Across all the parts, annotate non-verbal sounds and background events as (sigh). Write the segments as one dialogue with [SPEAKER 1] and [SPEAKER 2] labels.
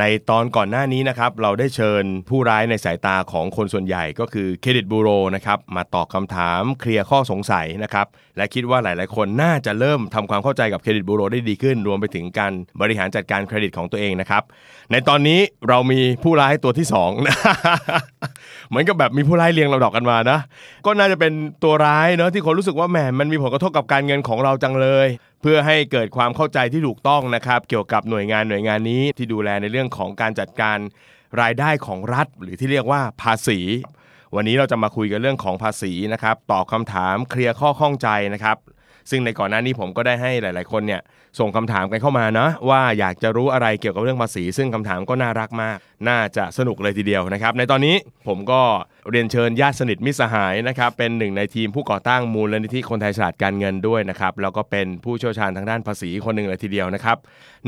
[SPEAKER 1] ในตอนก่อนหน้านี้นะครับ เราได้เชิญผู้ร้ายในสายตาของคนส่วนใหญ่ก็คือเครดิตบูโรนะครับ มาตอบคำถามเคลียร์ข้อสงสัยนะครับ และคิดว่าหลายๆ คนน่าจะเริ่มทำความเข้าใจกับเครดิตบูโรได้ดีขึ้น รวมไปถึงการบริหารจัดการเครดิตของตัวเองนะครับ ในตอนนี้เรามีผู้ร้ายตัวที่สอง (laughs) นะ เหมือนกับแบบมีผู้ร้ายเรียงลำดับกันมานะ ก็น่าจะเป็นตัวร้ายเนอะที่คนรู้สึกว่าแหมมันมีผลกระทบกับการเงินของเราจังเลย เพื่อให้เกิดความเข้าใจที่ถูกต้องนะครับ เกี่ยวกับหน่วยงานหน่วยงานนี้ที่ดูแลในเรื่องของการจัดการรายได้ของรัฐ หรือที่เรียกว่าภาษี วันนี้เราจะมาคุยกันเรื่องของภาษีนะครับตอบคำถามเคลียร์ข้อข้องใจนะครับ ซึ่งในก่อนหน้านี้ผมก็ได้ให้หลาย ๆ คนเนี่ยส่งคำถามกันเข้ามานะว่าอยากจะรู้อะไรเกี่ยวกับเรื่องภาษี ซึ่งคำถามก็น่ารักมาก น่าจะสนุกเลยทีเดียวนะครับ ในตอนนี้ผมก็เรียนเชิญญาติสนิทมิตรสหายนะครับ เป็นหนึ่งในทีมผู้ก่อตั้งมูลนิธิคนไทยฉลาดการเงินด้วยนะครับแล้วก็เป็นผู้เชี่ยวชาญทางด้านภาษีคนหนึ่งเลยทีเดียวนะครับ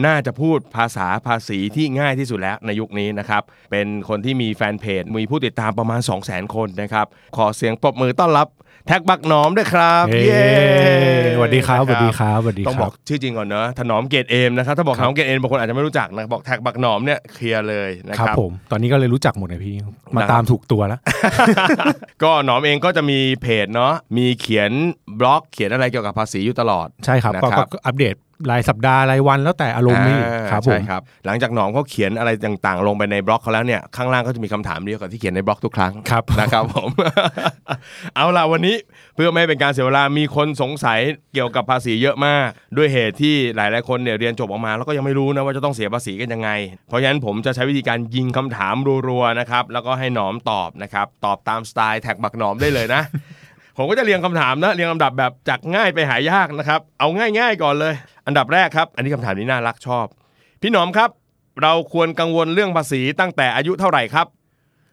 [SPEAKER 1] น่าจะพูดภาษาภาษีที่ง่ายที่สุดแล้วในยุคนี้นะครับ เป็นคนที่มีแฟนเพจมีผู้ติดตามประมาณ 2 0 0 0 0 0 คนนะครับ ขอเสียงปรบมือต้อนรับแท็กบักหน้อมด้วยครับ
[SPEAKER 2] เฮ้
[SPEAKER 1] เย้
[SPEAKER 2] สวัสดีครับ
[SPEAKER 1] นะ
[SPEAKER 2] สวัสดีครับสวัสดี
[SPEAKER 1] ต้อง
[SPEAKER 2] ค
[SPEAKER 1] บ
[SPEAKER 2] รั
[SPEAKER 1] อบ กชื่อจริงก่อนเนอะถนอมเกตเอมนะครับ ถ้าบอกถนอมเกตเอมบางคนอาจจะไม่รู้จักนะบอกแท็กบักหนอมเนี่ยเคลียร์เลยนะ
[SPEAKER 2] ค
[SPEAKER 1] ค
[SPEAKER 2] รั
[SPEAKER 1] รั
[SPEAKER 2] บบ ผม ตอนนี้ก็เลยรู้จักหมดเลยพี่ มา
[SPEAKER 1] นะครับ
[SPEAKER 2] ตามถูกตัวแล้ว
[SPEAKER 1] (laughs) ก็หนอมเองก็จะมีเพจเนาะมีเขียนบล็อกเขียนอะไรเกี่ยวกับภาษีอยู่ตลอด
[SPEAKER 2] ใช่ครับ
[SPEAKER 1] นะ
[SPEAKER 2] ก็
[SPEAKER 1] ครั
[SPEAKER 2] ก็
[SPEAKER 1] บ
[SPEAKER 2] ก็อัปเดตรายสัปดาห์รายวันแล้วแต่อารมณ์นี่
[SPEAKER 1] อ่า
[SPEAKER 2] ครับผ
[SPEAKER 1] ใช่
[SPEAKER 2] ม
[SPEAKER 1] ครับ หลังจากหนอมเขาเขียนอะไรต่างๆ ลงไปในบล็อกเขาแล้วเนี่ยข้างล่างก็จะมีคำถามเดียวกับที่เขียนในบล็อกทุกครั้ง
[SPEAKER 2] ครับ
[SPEAKER 1] นะครับผม เอาล่ะวันนี้เพื่อไม่ให้เป็นการเสียเวลามีคนสงสัยเกี่ยวกับภาษีเยอะมาก ด้วยเหตุที่หลายๆคนเนี่ยเรียนจบออกมา แล้วก็ยังไม่รู้นะว่าจะต้องเสียภาษีกันยังไง เพราะฉะนั้นผมจะใช้วิธีการยิงคำถามรัวๆนะครับแล้วก็ให้หนอมตอบนะครับตอบตามสไตล์แท็กบักหนอมได้เลยนะ ผมก็จะเรียงคำถามนะเรียงลำดับแบบจากง่ายไปหายากนะครับ เอาง่าย ๆ ก่อนเลย อันดับแรกครับ อันนี้คำถามนี้น่ารักชอบ พี่หนอมครับ เราควรกังวลเรื่องภาษีตั้งแต่อายุเท่าไหร่ครับ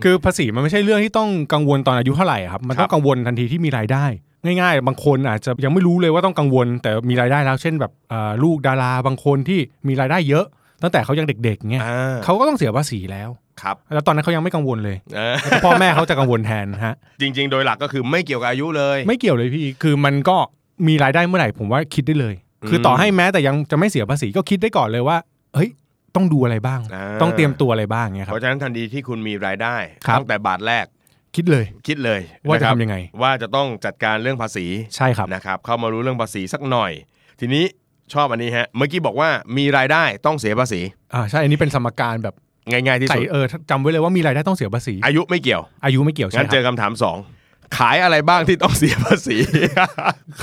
[SPEAKER 2] คือภาษีมันไม่ใช่เรื่องที่ต้องกังวลตอนอายุเท่าไหร่ครับ มันต้
[SPEAKER 1] ค
[SPEAKER 2] อ
[SPEAKER 1] รั
[SPEAKER 2] ง
[SPEAKER 1] บ
[SPEAKER 2] กังวลทันทีที่มีรายได้ ง่าย ๆ บางคนอาจจะยังไม่รู้เลยว่าต้องกังวล แต่มีรายได้แล้ว เช่นแบบเอ่อลูกดาราบางคนที่มีรายได้เยอะ ตั้งแต่เขายังเด็กๆเงี้ย
[SPEAKER 1] อ่า
[SPEAKER 2] เขาก็ต้องเสียภาษีแล้ว
[SPEAKER 1] ครับ
[SPEAKER 2] แล้วตอนนั้นเขายังไม่กังวลเลย
[SPEAKER 1] เออ
[SPEAKER 2] แต่พ่อแม่เขาจะกังวลแทนฮะ
[SPEAKER 1] จริง ๆ โดยหลักก็คือไม่เกี่ยวกับอายุเลย
[SPEAKER 2] ไม่เกี่ยวเลยพี่ คือมันก็มีรายได้เมื่อไหร่ผมว่าคิดได้เลย คือ
[SPEAKER 1] ม
[SPEAKER 2] ต่อให้แม้แต่ยังจะไม่เสียภาษีก็คิดได้ก่อนเลยว่า เฮ้ย ต้องดูอะไรบ้าง
[SPEAKER 1] อ่า
[SPEAKER 2] ต้องเตรียมตัวอะไรบ้างเนี่ยค
[SPEAKER 1] เพ
[SPEAKER 2] รับ
[SPEAKER 1] ราะฉะนั้นทันทีที่คุณมีรายได้
[SPEAKER 2] ครับ
[SPEAKER 1] ตั้งแต่บาทแรก
[SPEAKER 2] คิดเลย
[SPEAKER 1] คิดเลย
[SPEAKER 2] ว่า
[SPEAKER 1] น
[SPEAKER 2] จะ
[SPEAKER 1] ครับ
[SPEAKER 2] ทำยังไง
[SPEAKER 1] ว่าจะต้องจัดการเรื่องภาษี
[SPEAKER 2] ใช่ครับ
[SPEAKER 1] นะครับ เข้ามารู้เรื่องภาษีสักหน่อย ทีนี้ชอบอันนี้ฮะเมื่อกี้บอกว่ามีรายได้ต้องเสียภาษี
[SPEAKER 2] อ่าใช่ อันนี้เป็นสมการแบบ
[SPEAKER 1] ง่าย ๆ ที่
[SPEAKER 2] ใส่
[SPEAKER 1] สุด
[SPEAKER 2] เออจำไว้เลยว่ามีรายได้ต้องเสียภาษี
[SPEAKER 1] อายุไม่เกี่ยว
[SPEAKER 2] อายุไม่เกี่ยวใช่
[SPEAKER 1] งั้น
[SPEAKER 2] ค
[SPEAKER 1] เจ
[SPEAKER 2] รับ
[SPEAKER 1] อคำถามสองขายอะไรบ้างที่ต้องเสียภาษี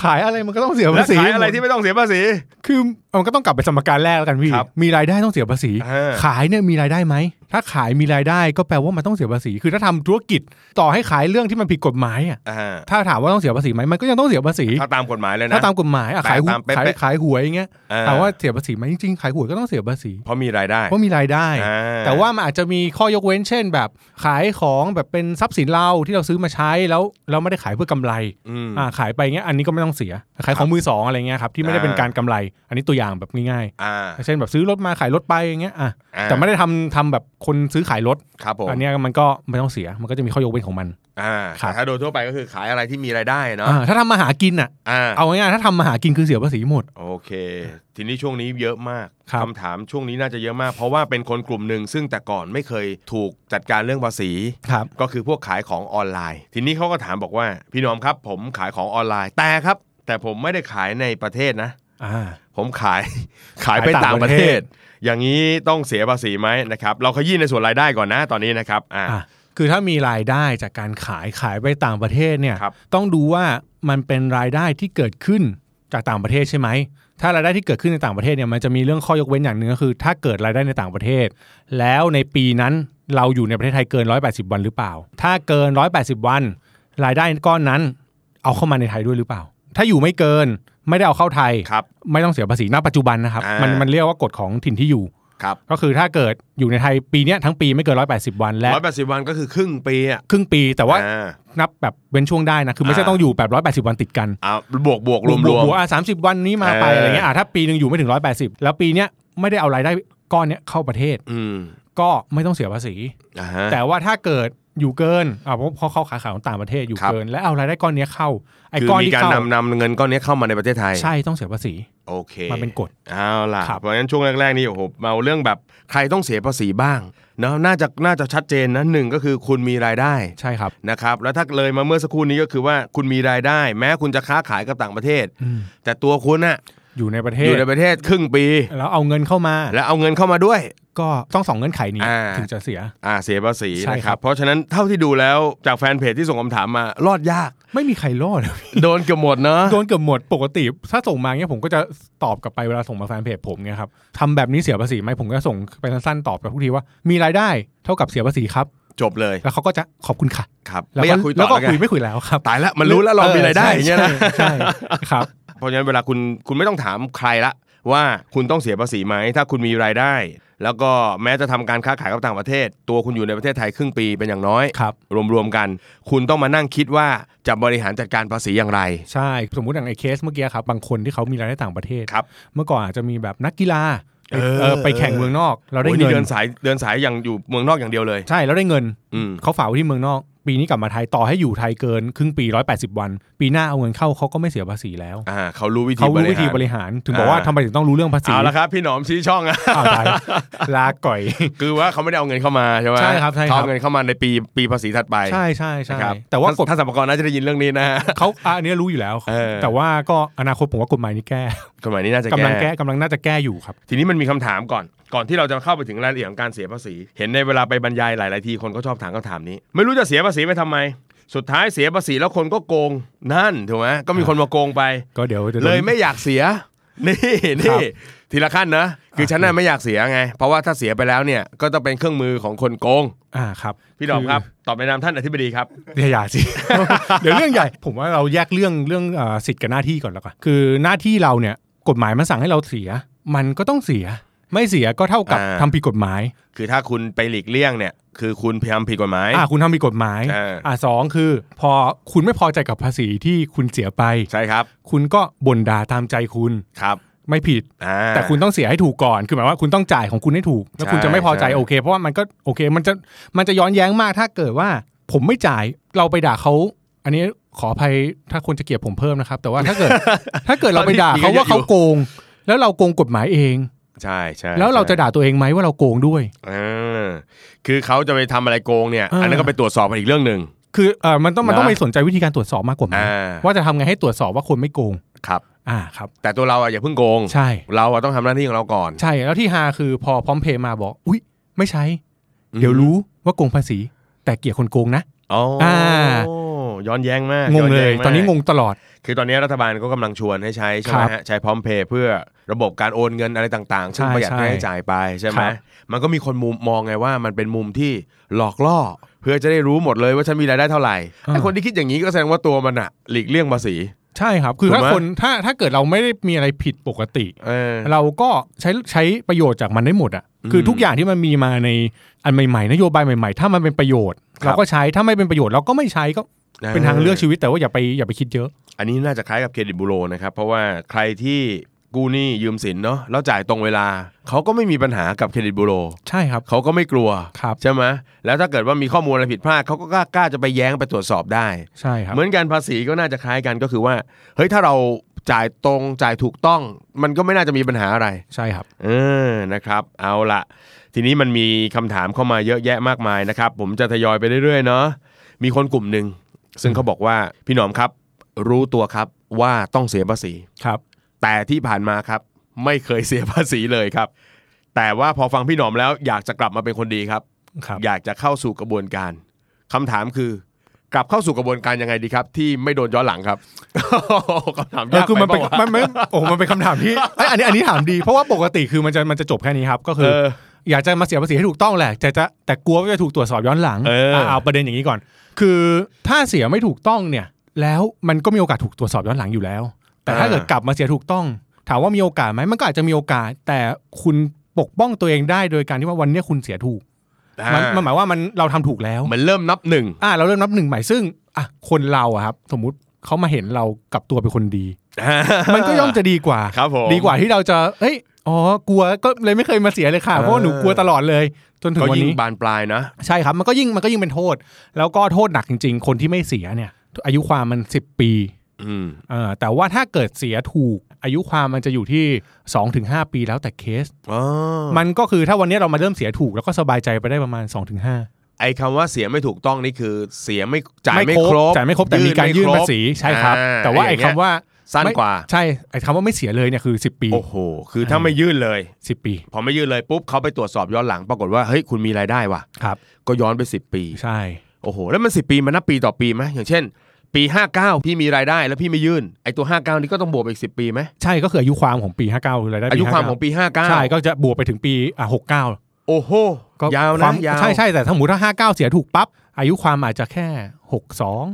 [SPEAKER 2] ขายอะไรมันก็ต้องเสีย
[SPEAKER 1] และ
[SPEAKER 2] ภาษี
[SPEAKER 1] ขายอะไรที่ไม่ต้องเสียภาษี
[SPEAKER 2] คือมันก็ต้องกลับไปสมการแรกแล้วกันพี่
[SPEAKER 1] ครับ
[SPEAKER 2] มีรายได้ต้องเสียภาษี
[SPEAKER 1] อ่า
[SPEAKER 2] ขายเนี่ยมีรายได้ไหม ถ้าขายมีรายได้ก็แปลว่ามันต้องเสียภาษี คือถ้าทำธุรกิจต่อให้ขายเรื่องที่มันผิดกฎหมายอ่ะ
[SPEAKER 1] อ่า
[SPEAKER 2] ถ้าถามว่าต้องเสียภาษีไหมมันก็ยังต้องเสียภาษี
[SPEAKER 1] ถ้าตามกฎหมายเลยนะ
[SPEAKER 2] ถ้าตามกฎหมายอะขายหว
[SPEAKER 1] ตามเป๊ะๆ
[SPEAKER 2] ขายขายหวยอย่างเงี้ย
[SPEAKER 1] อ่
[SPEAKER 2] ถามว่าเสียภาษีไหมจริงๆขายหวยก็ต้องเสียภาษี
[SPEAKER 1] เพราะมีรายได้
[SPEAKER 2] เพราะมีรายได้
[SPEAKER 1] อ่
[SPEAKER 2] แต่ว่ามันอาจจะมีข้อยกเว้นเช่น แบบขายของแบบเป็นทรัพย์สินเราที่เราซื้อมาใช้แล้วเราไม่ได้ขายเพื่อกำไร
[SPEAKER 1] อืม
[SPEAKER 2] อ่าขายไปเงี้ยอันนี้ก็ไม่ต้องเสียขายของมือสองอะไรเงี้ยครับที่ไม่ได้
[SPEAKER 1] อ่า
[SPEAKER 2] เป็นการกำไร อันนี้ตัวอย่างแบบง่าย
[SPEAKER 1] อ่า
[SPEAKER 2] ๆเช่นแบบซื้อรถมาขายรถไปอย่างเงี้ยอ่ะ
[SPEAKER 1] อ่า
[SPEAKER 2] แต่ไม่ได้ทำทำแบบคนซื้อขายรถ
[SPEAKER 1] ครับผม
[SPEAKER 2] อันเนี้ยมันก็ไม่ต้องเสียมันก็จะมีข้อยกเว้นของมัน
[SPEAKER 1] อ่า
[SPEAKER 2] ครับ
[SPEAKER 1] แต่ถ้าโดยทั่วไปก็คือขายอะไรที่มีรายได้เนาะ
[SPEAKER 2] อ่าถ้าทำมาหากินอ่ะ
[SPEAKER 1] อ่า
[SPEAKER 2] เอาง่ายๆถ้าทำมาหากินคือเสียภาษีหมด
[SPEAKER 1] โอเค ทีนี้ช่วงนี้เยอะมาก
[SPEAKER 2] ครับ
[SPEAKER 1] ถามช่วงนี้น่าจะเยอะมาก เพราะว่าเป็นคนกลุ่มหนึ่งซึ่งแต่ก่อนไม่เคยถูกจัดการเรื่องภาษี
[SPEAKER 2] ครับ
[SPEAKER 1] ก็คือพวกขายของออนไลน์ ทีนี้เขาก็ถามบอกว่า พี่หนอมครับ ผมขายของออนไลน์แต่ครับ แต่ผมไม่ได้ขายในประเทศนะ
[SPEAKER 2] อ่า
[SPEAKER 1] ผมขาย (laughs) ขายไป
[SPEAKER 2] ขาย
[SPEAKER 1] ต่า
[SPEAKER 2] ต่างง
[SPEAKER 1] ป
[SPEAKER 2] ประ ระ
[SPEAKER 1] เท
[SPEAKER 2] เท
[SPEAKER 1] ศ
[SPEAKER 2] ศ
[SPEAKER 1] อย่างนี้ต้องเสียภาษีไหมนะครับ เราขยี้ในส่วนรายได้ก่อนนะตอนนี้นะครับอ่า
[SPEAKER 2] อ่ะคือถ้ามีรายได้จากการขายขายไปต่างประเทศเนี่ย
[SPEAKER 1] ครับ
[SPEAKER 2] ต้องดูว่ามันเป็นรายได้ที่เกิดขึ้นจากต่างประเทศใช่ไหม ถ้ารายได้ที่เกิดขึ้นในต่างประเทศเนี่ยมันจะมีเรื่องข้อยกเว้นอย่างหนึ่งก็คือ ถ้าเกิดรายได้ในต่างประเทศ แล้วในปีนั้นเราอยู่ในประเทศไทยเกิน 180 วันหรือเปล่า ถ้าเกิน 180 วัน รายได้ก้อนนั้น เอาเข้ามาในไทยด้วยหรือเปล่า ถ้าอยู่ไม่เกินไม่ได้เอาเข้าไทย
[SPEAKER 1] ครับ
[SPEAKER 2] ไม่ต้องเสียภาษีณปัจจุบันนะครับ
[SPEAKER 1] อ่ามั
[SPEAKER 2] มันมันเรียกว่ากฎของถิ่นที่อยู่
[SPEAKER 1] ครับ
[SPEAKER 2] ก็คือถ้าเกิดอยู่ในไทยปีเนี้ยทั้งปีไม่เกิน180 วันและ
[SPEAKER 1] ร้อยแปดสิบวันก็คือครึ่งปีอ่ะ
[SPEAKER 2] ครึ่งปีแต่ว่า
[SPEAKER 1] อ่า
[SPEAKER 2] นับแบบเว้นช่วงได้นะคือไม่ใช่
[SPEAKER 1] อ่า
[SPEAKER 2] ต้องอยู่แบบ180 วันติดกัน
[SPEAKER 1] อ่าบวกบวกรวมรวม
[SPEAKER 2] หัวสามสิบวันนี้มาไป
[SPEAKER 1] เอออ
[SPEAKER 2] อะไรเงี้ยอ่ะถ้าปีหนึ่งอยู่ไม่ถึง 180 แล้วปีเนี้ยไม่ได้เอารายได้ก้อนเนี้ยเข้าประเทศ
[SPEAKER 1] อืม
[SPEAKER 2] ก็ไม่ต้องเสียภาษี
[SPEAKER 1] อ่าฮะ
[SPEAKER 2] แต่ว่าถ้าเกิดอยู่เกินอ่ะเพราะเพราะเขาขายขายของต่างประเทศอยู่
[SPEAKER 1] ครับ
[SPEAKER 2] เกิน และเอารายได้ก้อนเนี้ยเข้าไอ้
[SPEAKER 1] คือ
[SPEAKER 2] ก้อน
[SPEAKER 1] มี
[SPEAKER 2] ที่
[SPEAKER 1] การ
[SPEAKER 2] เข้าน
[SPEAKER 1] ำนำเงินก้อนนี้เข้ามาในประเทศไทย
[SPEAKER 2] ใช่ต้องเสียภาษี
[SPEAKER 1] โอเค
[SPEAKER 2] มันเป็นกฎ
[SPEAKER 1] เอาล่ะ
[SPEAKER 2] ครับ
[SPEAKER 1] เพราะฉะนั้นช่วงแรกๆนี่โอ้โหเอาเรื่องแบบใครต้องเสียภาษีบ้างเนาะน่าจะน่าจะชัดเจนนะหนึ่งก็คือคุณมีรายได้
[SPEAKER 2] ใช่ครับ
[SPEAKER 1] นะครับแล้วถ้าเลยมาเมื่อสักครู่นี้ก็คือว่าคุณมีรายได้ แม้คุณจะค้าขายกับต่างประเทศ
[SPEAKER 2] อืม
[SPEAKER 1] แต่ตัวคุณน่ะ
[SPEAKER 2] อยู่ในประเท
[SPEAKER 1] อ
[SPEAKER 2] ศ
[SPEAKER 1] ยู่ในประเทศครึ่งปี
[SPEAKER 2] แล้วเอาเงินเข้ามา
[SPEAKER 1] แล้วเอาเงินเข้ามาด้วย
[SPEAKER 2] ก็ต้องสองเงื่อนไขนี้
[SPEAKER 1] อ่า
[SPEAKER 2] ถึงจะเสีย
[SPEAKER 1] อ่าเสียภาษี
[SPEAKER 2] ใช่
[SPEAKER 1] นะค
[SPEAKER 2] ครั
[SPEAKER 1] รับ
[SPEAKER 2] บ
[SPEAKER 1] เพราะฉะนั้นเท่าที่ดูแล้วจากแฟนเพจที่ส่งคำถามมารอด
[SPEAKER 2] (laughs)
[SPEAKER 1] ยาก
[SPEAKER 2] ไม่มีใครรอด
[SPEAKER 1] โดนเกือบหมดเนาะ
[SPEAKER 2] โดนเกือบหมดปกติ ถ้าส่งมาเงี้ยผมก็จะตอบกลับไปเวลาส่งมาแฟนเพจผมเงี้ยครับทำแบบนี้เสียภาษีไหมผมก็ส่งไปสั้นๆตอบกับทุกทีว่ามีรายได้เท่ากับเสียภาษีครับ
[SPEAKER 1] จบเลย
[SPEAKER 2] แล้วเขาก็จะขอบคุณค่ะ
[SPEAKER 1] ครับ
[SPEAKER 2] แล้ว
[SPEAKER 1] ไม่อยากคุยต่
[SPEAKER 2] แล้
[SPEAKER 1] อ
[SPEAKER 2] วก็
[SPEAKER 1] แล้วกั
[SPEAKER 2] คุย
[SPEAKER 1] น
[SPEAKER 2] ไม่คุยแล้วครับ
[SPEAKER 1] ตายละมันรู้แล้วเรามีรายได้
[SPEAKER 2] ใช่
[SPEAKER 1] อย่างเงี้ยนะ
[SPEAKER 2] ใช่ใช่ครับ
[SPEAKER 1] เพราะฉะนั้นเวลาคุณคุณไม่ต้องถามใครละว่าคุณต้องเสียภาษีไหมถ้าคุณมีรายได้ แล้วก็แม้จะทำการค้าขายกับต่างประเทศ ตัวคุณอยู่ในประเทศไทยครึ่งปีเป็นอย่างน้อย
[SPEAKER 2] ครับ
[SPEAKER 1] รวมๆกัน คุณต้องมานั่งคิดว่าจะบริหารจัดการภาษีอย่างไร
[SPEAKER 2] ใช่ สมมุติอย่างไอ้เคสเมื่อกี้ครับ บางคนที่เขามีรายได้ต่างประเทศ
[SPEAKER 1] ครับ
[SPEAKER 2] เมื่อก่อนอาจจะมีแบบนักกีฬา
[SPEAKER 1] เออ
[SPEAKER 2] เออไปแข่งเมืองนอก เราได้
[SPEAKER 1] โอ้ย
[SPEAKER 2] เงิ
[SPEAKER 1] นี่เดิ
[SPEAKER 2] น
[SPEAKER 1] นสายเดินสายอย่างอยู่เมืองนอกอย่างเดียวเลย
[SPEAKER 2] ใช่แล้วได้เงิน
[SPEAKER 1] อืม
[SPEAKER 2] เขาฝากไว้ที่เมืองนอก ปีนี้กลับมาไทยต่อให้อยู่ไทยเกินครึ่งปี 180 วัน ปีหน้าเอาเงินเข้าเขาก็ไม่เสียภาษีแล้ว
[SPEAKER 1] อ่าเขารู้วิธี
[SPEAKER 2] เขา
[SPEAKER 1] บ
[SPEAKER 2] รู้
[SPEAKER 1] ริ
[SPEAKER 2] วิธี
[SPEAKER 1] หาร
[SPEAKER 2] บริหารถึงบอกว่า
[SPEAKER 1] อ่า
[SPEAKER 2] ทำไมถึงต้องรู้เรื่องภาษี
[SPEAKER 1] เอาละครับ พี่หนอมชี้ช่องอะ
[SPEAKER 2] อ้าวตาย
[SPEAKER 1] (laughs)
[SPEAKER 2] ละลาก่อย
[SPEAKER 1] คือว่าเขาไม่ได้เอาเงินเข้ามาใช่ไหม
[SPEAKER 2] ใช่ครับใช่ครับ
[SPEAKER 1] เขาเอาเงินเข้ามาในปีปีภาษีถัดไป
[SPEAKER 2] ใช่ใช่
[SPEAKER 1] นะ
[SPEAKER 2] ใช่
[SPEAKER 1] ครับ
[SPEAKER 2] แต่ว่ากฎ
[SPEAKER 1] ถ้าสมภากรน่าจะได้ยินเรื่องนี้นะฮะ (laughs)
[SPEAKER 2] เขาอ่ะอันเนี้ยรู้อยู่แล้ว
[SPEAKER 1] เออ
[SPEAKER 2] แต่ว่าก็อนาคตผมว่ากฎหมายนี้แก้
[SPEAKER 1] กฎหมายนี้น่าจะ
[SPEAKER 2] กำลัง
[SPEAKER 1] แก้
[SPEAKER 2] แก้กำลังน่าจะแก้อยู่ครับ
[SPEAKER 1] ทีนี้มันมีคำถามก่อน ก่อนที่เราจะเข้าไปถึงรายละเอียดของการเสียภาษี เห็นในเวลาไปบรรยายหลาย ๆ ทีคนก็ชอบถามคำถามนี้ ไม่รู้จะเสียภาษีไปทำไม สุดท้ายเสียภาษีแล้วคนก็โกงนั่นถูกไหมก็มีคนมาโกงไป
[SPEAKER 2] ก็เดี๋ยวจะโดน
[SPEAKER 1] เลยไม่อยากเสีย นี่
[SPEAKER 2] ครั
[SPEAKER 1] นี่
[SPEAKER 2] บ
[SPEAKER 1] ทีละขั้นนะ คือฉันน่ะไม่อยากเสียไง เพราะว่าถ้าเสียไปแล้วเนี่ยก็ต้องเป็นเครื่องมือของคนโกง
[SPEAKER 2] อ่าครับ
[SPEAKER 1] พี่ดอมครับ ตอบในนามท่านอธิบดีครับ
[SPEAKER 2] เดี๋ยวอย่า
[SPEAKER 1] (laughs)
[SPEAKER 2] สิ เดี๋ยวเรื่องใหญ่ ผมว่าเราแยกเรื่องเรื่องเอ่อสิทธิ์กับหน้าที่ก่อนแล้วกันคือหน้าที่เราเนี่ยกฎหมายมันสั่งให้เราเสีย มันก็ต้องเสีย ไม่เสียก็เท่ากับ
[SPEAKER 1] อ่า
[SPEAKER 2] ทำผิดกฎหมาย
[SPEAKER 1] คือถ้าคุณไปหลีกเลี่ยงเนี่ย คือคุณพยายามผิดกฎหมาย
[SPEAKER 2] อ่าคุณทำผิดกฎหมาย
[SPEAKER 1] เอออ่
[SPEAKER 2] อ่าสองคือ พอคุณไม่พอใจกับภาษีที่คุณเสียไป
[SPEAKER 1] ใช่ครับ
[SPEAKER 2] คุณก็บ่นด่าตามใจคุณ
[SPEAKER 1] ครับ
[SPEAKER 2] ไม่ผิด
[SPEAKER 1] อ่า
[SPEAKER 2] แต่คุณต้องเสียให้ถูกก่อน คือหมายว่าคุณต้องจ่ายของคุณให้ถูก แล้วคุณ
[SPEAKER 1] ใช่
[SPEAKER 2] จะไม่พอใจ
[SPEAKER 1] ใช่
[SPEAKER 2] โอเค เพราะว่ามันก็โอเค มันจะมันจะย้อนแย้งมากถ้าเกิดว่า ผมไม่จ่ายเราไปด่าเขา อันนี้ขออภัยถ้าคนจะเกลียดผมเพิ่มนะครับ แต่ว่าถ้า
[SPEAKER 1] (laughs)
[SPEAKER 2] เกิด ถ้าเกิดเราไปด่าเขาว่าเขาโกง แล้วเราโกงกฎหมายเอง
[SPEAKER 1] ใช่ใช่
[SPEAKER 2] แล้วเราจะด่าตัวเองไหมว่าเราโกงด้วย
[SPEAKER 1] เออคือเขาจะไปทำอะไรโกงเนี่ย
[SPEAKER 2] อ่า
[SPEAKER 1] อันนั้นก็ไปตรวจสอบกันอีกเรื่องหนึ่ง
[SPEAKER 2] คือเออมันต้องมันต้อง
[SPEAKER 1] นะ
[SPEAKER 2] ไปสนใจวิธีการตรวจสอบมากกว่าไหม
[SPEAKER 1] อ่า
[SPEAKER 2] ว่าจะทำไงให้ตรวจสอบว่าคนไม่โกง
[SPEAKER 1] ครับ
[SPEAKER 2] อ่าครับ
[SPEAKER 1] แต่ตัวเราอะอย่าเพิ่งโกง
[SPEAKER 2] ใช่
[SPEAKER 1] เราอะต้องทำหน้าที่ของเราก่อน
[SPEAKER 2] ใช่แล้วที่ฮาคือพอพร้อมเพย์มาบอก อุ้ยไม่ใช้ เดี๋ยวรู้ว่าโกงภาษี แต่เกลียดคนโกงนะ
[SPEAKER 1] อ๋ออา ย้อนแย้งมาก
[SPEAKER 2] งง
[SPEAKER 1] อน
[SPEAKER 2] เล
[SPEAKER 1] แย้
[SPEAKER 2] ย
[SPEAKER 1] มาก
[SPEAKER 2] ตอนนี้งงตลอด
[SPEAKER 1] คือตอนนี้รัฐบาลก็กำลังชวนให้ใช้ใช่ไหม
[SPEAKER 2] ครับ
[SPEAKER 1] ฮะใช้พร้อมเพย์เพื่อระบบการโอนเงินอะไรต่างๆ ซึ่ง
[SPEAKER 2] ใช่
[SPEAKER 1] ประหยัด
[SPEAKER 2] ใช่
[SPEAKER 1] ค่าใช้จ่ายไปใช่ไหม
[SPEAKER 2] ครับ
[SPEAKER 1] มันก็มีคนมุมมองไงว่ามันเป็นมุมที่หลอกล่อ เพื่อจะได้รู้หมดเลยว่าฉันมีรายได้เท่าไหร่ไอ้คนที่คิดอย่างนี้ก็แสดงว่าตัวมันอะหลีกเลี่ยงภาษี
[SPEAKER 2] ใช่ครับ คือ
[SPEAKER 1] ถูก
[SPEAKER 2] ถ้า
[SPEAKER 1] ไหม
[SPEAKER 2] คนถ้าถ้าเกิดเราไม่ได้มีอะไรผิดปกติ
[SPEAKER 1] เออ
[SPEAKER 2] เราก็ใช้ใช้ประโยชน์จากมันได้หมดอ่ะ
[SPEAKER 1] อืม
[SPEAKER 2] คือทุกอย่างที่มันมีมาในอันใหม่ๆ นโยบายใหม่ๆ ถ้ามันเป็นประโยชน์
[SPEAKER 1] ครับ
[SPEAKER 2] เราก็ใช้ถ้าไม่เป็นประโยชน์เราก็ไม่ใช้ก็เป็นทางเลือกชีวิตแต่ว่าอย่าไปอย่าไปคิดเยอะ
[SPEAKER 1] อันนี้น่าจะคล้ายกับเครดิตบูโรนะครับเพราะว่าใครที่กู้หนี้ยืมสินเนาะแล้วจ่ายตรงเวลาเขาก็ไม่มีปัญหากับเครดิตบูโร
[SPEAKER 2] ใช่ครับ
[SPEAKER 1] เขาก็ไม่กลัว
[SPEAKER 2] ครับ
[SPEAKER 1] ใช่ไหมแล้วถ้าเกิดว่ามีข้อมูลอะไรผิดพลาดเขาก็กล้ากล้าจะไปแย้งไปตรวจสอบได้
[SPEAKER 2] ใช่ครับ
[SPEAKER 1] เหมือนกันภาษีก็น่าจะคล้ายกันก็คือว่าเฮ้ยถ้าเราจ่ายตรงจ่ายถูกต้อง มันก็ไม่น่าจะมีปัญหาอะไร
[SPEAKER 2] ใช่ครับ
[SPEAKER 1] เออนะครับ เอาละทีนี้มันมีคำถามเข้ามาเยอะแยะมากมายนะครับ ผมจะทยอยไปเรื่อยๆเนาะมีคนกลุ่มหนึ่งซึ่งเขาบอกว่าพี่หนอมครับ รู้ตัวครับว่าต้องเสียภาษี
[SPEAKER 2] ครับ
[SPEAKER 1] แต่ที่ผ่านมาครับ ไม่เคยเสียภาษีเลยครับ แต่ว่าพอฟังพี่หนอมแล้วอยากจะกลับมาเป็นคนดีครับ
[SPEAKER 2] ครับ
[SPEAKER 1] อยากจะเข้าสู่กระบวนการคำถามคือ กลับเข้าสู่กระบวนการยังไงดีครับ ที่ไม่โดนย้อนหลังครับ (laughs) คำถา
[SPEAKER 2] เอย
[SPEAKER 1] มา
[SPEAKER 2] อกคือ
[SPEAKER 1] ไป
[SPEAKER 2] มันเป็น
[SPEAKER 1] ปะวะ
[SPEAKER 2] มันไม่โอ้มันเป็นคำถามที่เอ้ยอันนี้อันนี้ถามดี เพราะว่าปกติคือมันจะมันจะจบแค่นี้ครับ ก็คือ
[SPEAKER 1] เออ
[SPEAKER 2] อยากจะมาเสียภาษีให้ถูกต้องแหละแต่จะแต่กลัวว่าจะถูกตรวจสอบย้อนหลัง
[SPEAKER 1] เออ
[SPEAKER 2] ะเอาประเด็นอย่างนี้ก่อน คือถ้าเสียไม่ถูกต้องเนี่ย แล้วมันก็มีโอกาสถูกตรวจสอบย้อนหลังอยู่แล้ว แต่ถ้าเกิดกลับมาเสียถูกต้อง ถามว่ามีโอกาสไหมมันก็อาจจะมีโอกาส แต่คุณ ปกป้องตัวเองได้โดยการที่ว่าวันเนี้ยคุณเสียถูกมันมันหมายว่ามันเราทำถูกแล้ว
[SPEAKER 1] เหมือนเริ่มนับหนึ่ง
[SPEAKER 2] อ่าเราเริ่มนับหนึ่งใหม่ซึ่งอ่ะคนเราอะครับ สมมุติเขามาเห็นเรากลับตัวเป็นคนดี มันก็ย่อมจะดีกว่า
[SPEAKER 1] ครับผม
[SPEAKER 2] ดีกว่าที่เราจะเอ้ยอ๋อกลัวก็เลยไม่เคยมาเสียเลยค่ะ
[SPEAKER 1] เออ
[SPEAKER 2] เพราะว่าหนูกลัวตลอดเลย จนถึง
[SPEAKER 1] ก็
[SPEAKER 2] วัน
[SPEAKER 1] ยิ่ง
[SPEAKER 2] นี้
[SPEAKER 1] บานปลายนะ
[SPEAKER 2] ใช่ครับมันก็ยิ่งมันก็ยิ่งเป็นโทษ แล้วก็โทษหนักจริง ๆ คนที่ไม่เสียเนี่ย อายุความมัน 10 ปี
[SPEAKER 1] อืม
[SPEAKER 2] เออแต่ว่าถ้าเกิดเสียถูก อายุความมันจะอยู่ที่ 2-5 ปีแล้วแต่เคส
[SPEAKER 1] อ๋อ
[SPEAKER 2] มันก็คือถ้าวันนี้เรามาเริ่มเสียถูกแล้วก็สบายใจไปได้ประมาณ 2-5
[SPEAKER 1] ไอ้คำว่าเสียไม่ถูกต้องนี่คือเสียไม่จ่ายไม่ครบ
[SPEAKER 2] จ่ายไม่ครบแต่มีการยื่น
[SPEAKER 1] ไคบ
[SPEAKER 2] ภาษีใช่ครับ
[SPEAKER 1] อ่
[SPEAKER 2] แต่ว่าไอ้
[SPEAKER 1] ย่งเงี้ย
[SPEAKER 2] คำว่า
[SPEAKER 1] สั้นกว่า
[SPEAKER 2] ใช่ไอ้คำว่าไม่เสียเลยเนี่ยคือ 10 ปี
[SPEAKER 1] โอ้โห คือถ้าไม่ยื่นเลย
[SPEAKER 2] 10 ปี
[SPEAKER 1] พอไม่ยื่นเลยปุ๊บเขาไปตรวจสอบย้อนหลังปรากฏว่าเฮ้ยคุณมีรายได้ว่ะ
[SPEAKER 2] ครับ
[SPEAKER 1] ก็ย้อนไป 10 ปี
[SPEAKER 2] ใช่
[SPEAKER 1] โอ้โห แล้วมัน 10 ปีมันนับปีต่อปีไหมอย่างเช่น ปี 59 พี่มีรายได้แล้วพี่ไม่ยื่นไอ้ตัว 59 นี้ก็ต้องบวกไปอีก10 ปีไหม
[SPEAKER 2] ใช่ก็คืออายุความของปี 59คือรายได้ปี
[SPEAKER 1] อายุความของปี
[SPEAKER 2] 59
[SPEAKER 1] 59
[SPEAKER 2] ใช่ก็จะบวกไปถึงปีอ่ะ69
[SPEAKER 1] โอ้โห
[SPEAKER 2] ก็
[SPEAKER 1] ยาว
[SPEAKER 2] ค
[SPEAKER 1] นะ
[SPEAKER 2] ม
[SPEAKER 1] ยาว
[SPEAKER 2] ใช่ใช่แต่สมมติถ้า 59 เสียถูกปั๊บอายุความอาจจะแค่ 62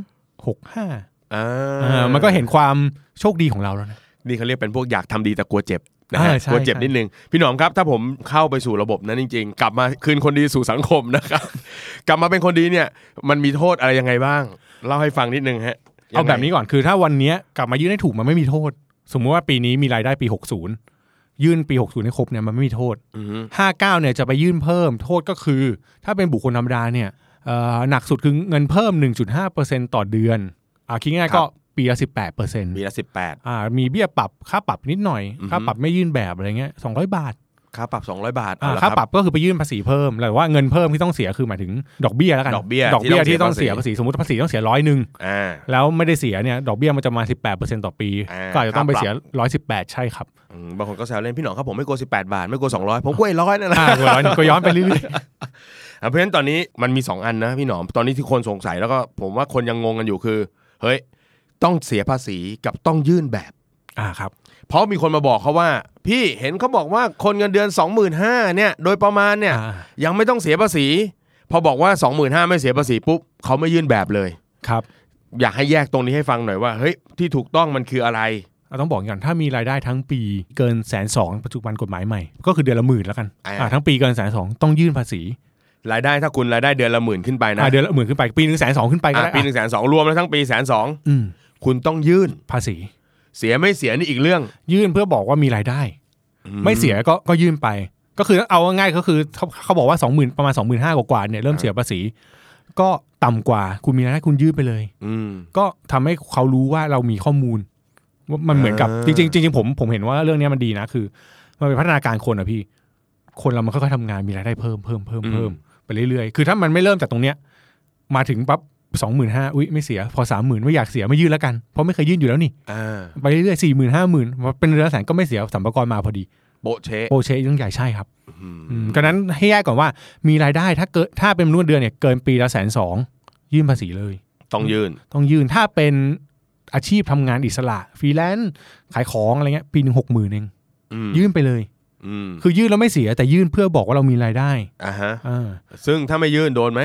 [SPEAKER 2] 65
[SPEAKER 1] อ่า
[SPEAKER 2] เออมันก็เห็นความโชคดีของเราแล้วนะ
[SPEAKER 1] นี่เขาเรียกเป็นพวกอยากทำดีแต่กลัวเจ็บนะฮะ
[SPEAKER 2] อ่าใช่
[SPEAKER 1] กลัวเจ็บ
[SPEAKER 2] ใช่
[SPEAKER 1] นิดนึงพี่หนอมครับ ถ้าผมเข้าไปสู่ระบบนั้นจริง ๆ กลับมาคืนคนดีสู่สังคมนะครับ (laughs) กลับมาเป็นคนดีเนี่ย มันมีโทษอะไรยังไงบ้างเล่าให้ฟังนิดนึงฮะ
[SPEAKER 2] เอาแบบนี้ก่อนคือถ้าวันเนี้ยกลับมายื่นให้ถูกมันไม่มีโทษ สมมุติว่าปีนี้มีรายได้ปี 60 ยื่นปี 60ให้ครบเนี่ยมันไม่มีโทษ
[SPEAKER 1] อืม
[SPEAKER 2] ห้าเก้าเนี่ยจะไปยื่นเพิ่มโทษก็คือ ถ้าเป็นบุคคลธรรมดาเนี่ยเอ่อหนักสุดคือเงินเพิ่ม 1.5%ต่อเดือนอ่าคิดง่ายๆก็ปีละ18%
[SPEAKER 1] มีละสิบแปด
[SPEAKER 2] อ่ามีเบี้ยปรับค่าปรับนิดหน่อย
[SPEAKER 1] อือฮึ
[SPEAKER 2] ค่าปรับไม่ยื่นแบบอะไรเงี้ย200 บาท
[SPEAKER 1] ค่าปรับ 200 บาท
[SPEAKER 2] อ่า
[SPEAKER 1] เละ
[SPEAKER 2] ค่า
[SPEAKER 1] บ
[SPEAKER 2] ปรับก็คือไปยื่นภาษีเพิ่มแต่ว่าเงินเพิ่มที่ต้องเสียคือหมายถึงดอกเบี้ยแล้วกัน
[SPEAKER 1] ดอกเบี้ย
[SPEAKER 2] ดอกเบี้ย
[SPEAKER 1] ที่
[SPEAKER 2] ที่
[SPEAKER 1] ต้
[SPEAKER 2] ต้
[SPEAKER 1] อ
[SPEAKER 2] อง ง
[SPEAKER 1] เสี
[SPEAKER 2] เสี
[SPEAKER 1] ย
[SPEAKER 2] ย
[SPEAKER 1] ภา
[SPEAKER 2] ภา
[SPEAKER 1] ษี
[SPEAKER 2] ษีสมมติภาษีต้องเสียร้อยหนึ่ง
[SPEAKER 1] อ่า
[SPEAKER 2] แล้วไม่ได้เสียเนี่ยดอกเบี้ยมันจะมา 18%ต่อปี
[SPEAKER 1] อ่า
[SPEAKER 2] ก็อาจจะต้องไปเสีย 118 ใช่ครับ
[SPEAKER 1] อืมบางคนก็แซวเล่นพี่หนองครับผมไม่กลัว18 บาท ไม่กลัว200 ผมกลัวไอ้ร้อยนั่นแหละ
[SPEAKER 2] อ่าร้อยก็ย้อนไปเรื่อยๆ
[SPEAKER 1] อ่ะเพราะฉะนั้นตอนนี้มันมี 2 อันนะพี่หนอมตอนนี้ที่คนสงสัยแล้วก็ผมว่าคนยังงงกันอยู่คือเฮ้ยต้องเสียภาษีกับต้องยื่นแบบ
[SPEAKER 2] อ่าครับ
[SPEAKER 1] เพราะมีคนมาบอกเขาว่า พี่เห็นเขาบอกว่าคนเงินเดือน 25,000เนี่ยโดยประมาณเนี่ย
[SPEAKER 2] อ่า
[SPEAKER 1] ยังไม่ต้องเสียภาษี พอบอกว่า 25,000ไม่เสียภาษีปุ๊บเขาไม่ยื่นแบบเลย
[SPEAKER 2] ครับ
[SPEAKER 1] อยากให้แยกตรงนี้ให้ฟังหน่อยว่าเฮ้ยที่ถูกต้องมันคืออะไร
[SPEAKER 2] เราต้องบอกอย่างถ้ามีรายได้ทั้งปีเกินแสนสองปัจจุบันกฎหมายใหม่ ก็คือเดือนละหมื่นแล้วกัน
[SPEAKER 1] อ่า
[SPEAKER 2] อ่าทั้งปีเกินแสนสองต้องยื่นภาษี
[SPEAKER 1] รายได้ถ้าคุณรายได้เดือนละหมื่นขึ้นไปนะ
[SPEAKER 2] อ่าเดือนละหมื่นขึ้นไปปีหนึ่งแสนสองขึ้นไปก็
[SPEAKER 1] อ่ะ
[SPEAKER 2] ได้
[SPEAKER 1] ปีหนึ่งแสนสองรวมแล้วทั้งปีแสนสอง
[SPEAKER 2] อืม
[SPEAKER 1] คุณต้องยื่น
[SPEAKER 2] ภาษี
[SPEAKER 1] เสียไม่เสียนี่อีกเรื่อง
[SPEAKER 2] ยื่นเพื่อบอกว่ามีรายได้ ไม่เสียก็ก็ยื่นไป ก็คือเอาง่ายๆก็คือเขาเขาบอกว่าสองหมื่นประมาณสองหมื่นห้ากว่าๆเนี่ยเริ่มเสียภาษี ก็ต่ำกว่าคุณมีรายได้คุณยื่นไปเลย
[SPEAKER 1] อืม
[SPEAKER 2] ก็ทำให้เขารู้ว่าเรามีข้อมูลว่ามันเหมือนกับ
[SPEAKER 1] อ่า
[SPEAKER 2] จริงๆจริงๆผมผมเห็นว่าเรื่องเนี้ยมันดีนะคือ มันเป็นพัฒนาการคนอะพี่ คนเรามันค่อยๆทำงานมีรายได้เพิ่มเพิ่มเพิ่มเพิ่มไปเรื่อยๆ คือถ้ามันไม่เริ่มจากตรงเนี้ย มาถึงปั๊บสองหมื่นห้าอุ้ยไม่เสีย พอสามหมื่นไม่อยากเสียไม่ยื่นแล้วกันเพราะไม่เคยยื่นอยู่แล้วนี่
[SPEAKER 1] อ่า
[SPEAKER 2] ไปเรื่อยๆสี่หมื่นห้าหมื่นเป็นเรือนละแสนก็ไม่เสียสัมภาระมาพอดี
[SPEAKER 1] โบะเชะ
[SPEAKER 2] โอเชเรื่องใหญ่ใช่ครับ
[SPEAKER 1] อืม
[SPEAKER 2] อืมก็นั้นให้แยกก่อนว่ามีรายได้ถ้าเกิดถ้าเป็นรุ่นเดือนเนี่ยเกินปีละแสนสองยื่นภาษีเลย
[SPEAKER 1] ต้องยื่น
[SPEAKER 2] ต้องยืนถ้าเป็นอาชีพทำงานอิสระฟรีแลนซ์ขายของอะไรเงี้ยปีหนึ่งหกหมื่นเอง
[SPEAKER 1] อืม
[SPEAKER 2] ยื่นไปเลย
[SPEAKER 1] อืม
[SPEAKER 2] คือยื่นแล้วไม่เสียแต่ยื่นเพื่อบอกว่าเรามีรายได้
[SPEAKER 1] อ่าฮะ
[SPEAKER 2] อ่า
[SPEAKER 1] ซึ่งถ้าไม่ยื่นโดนไหม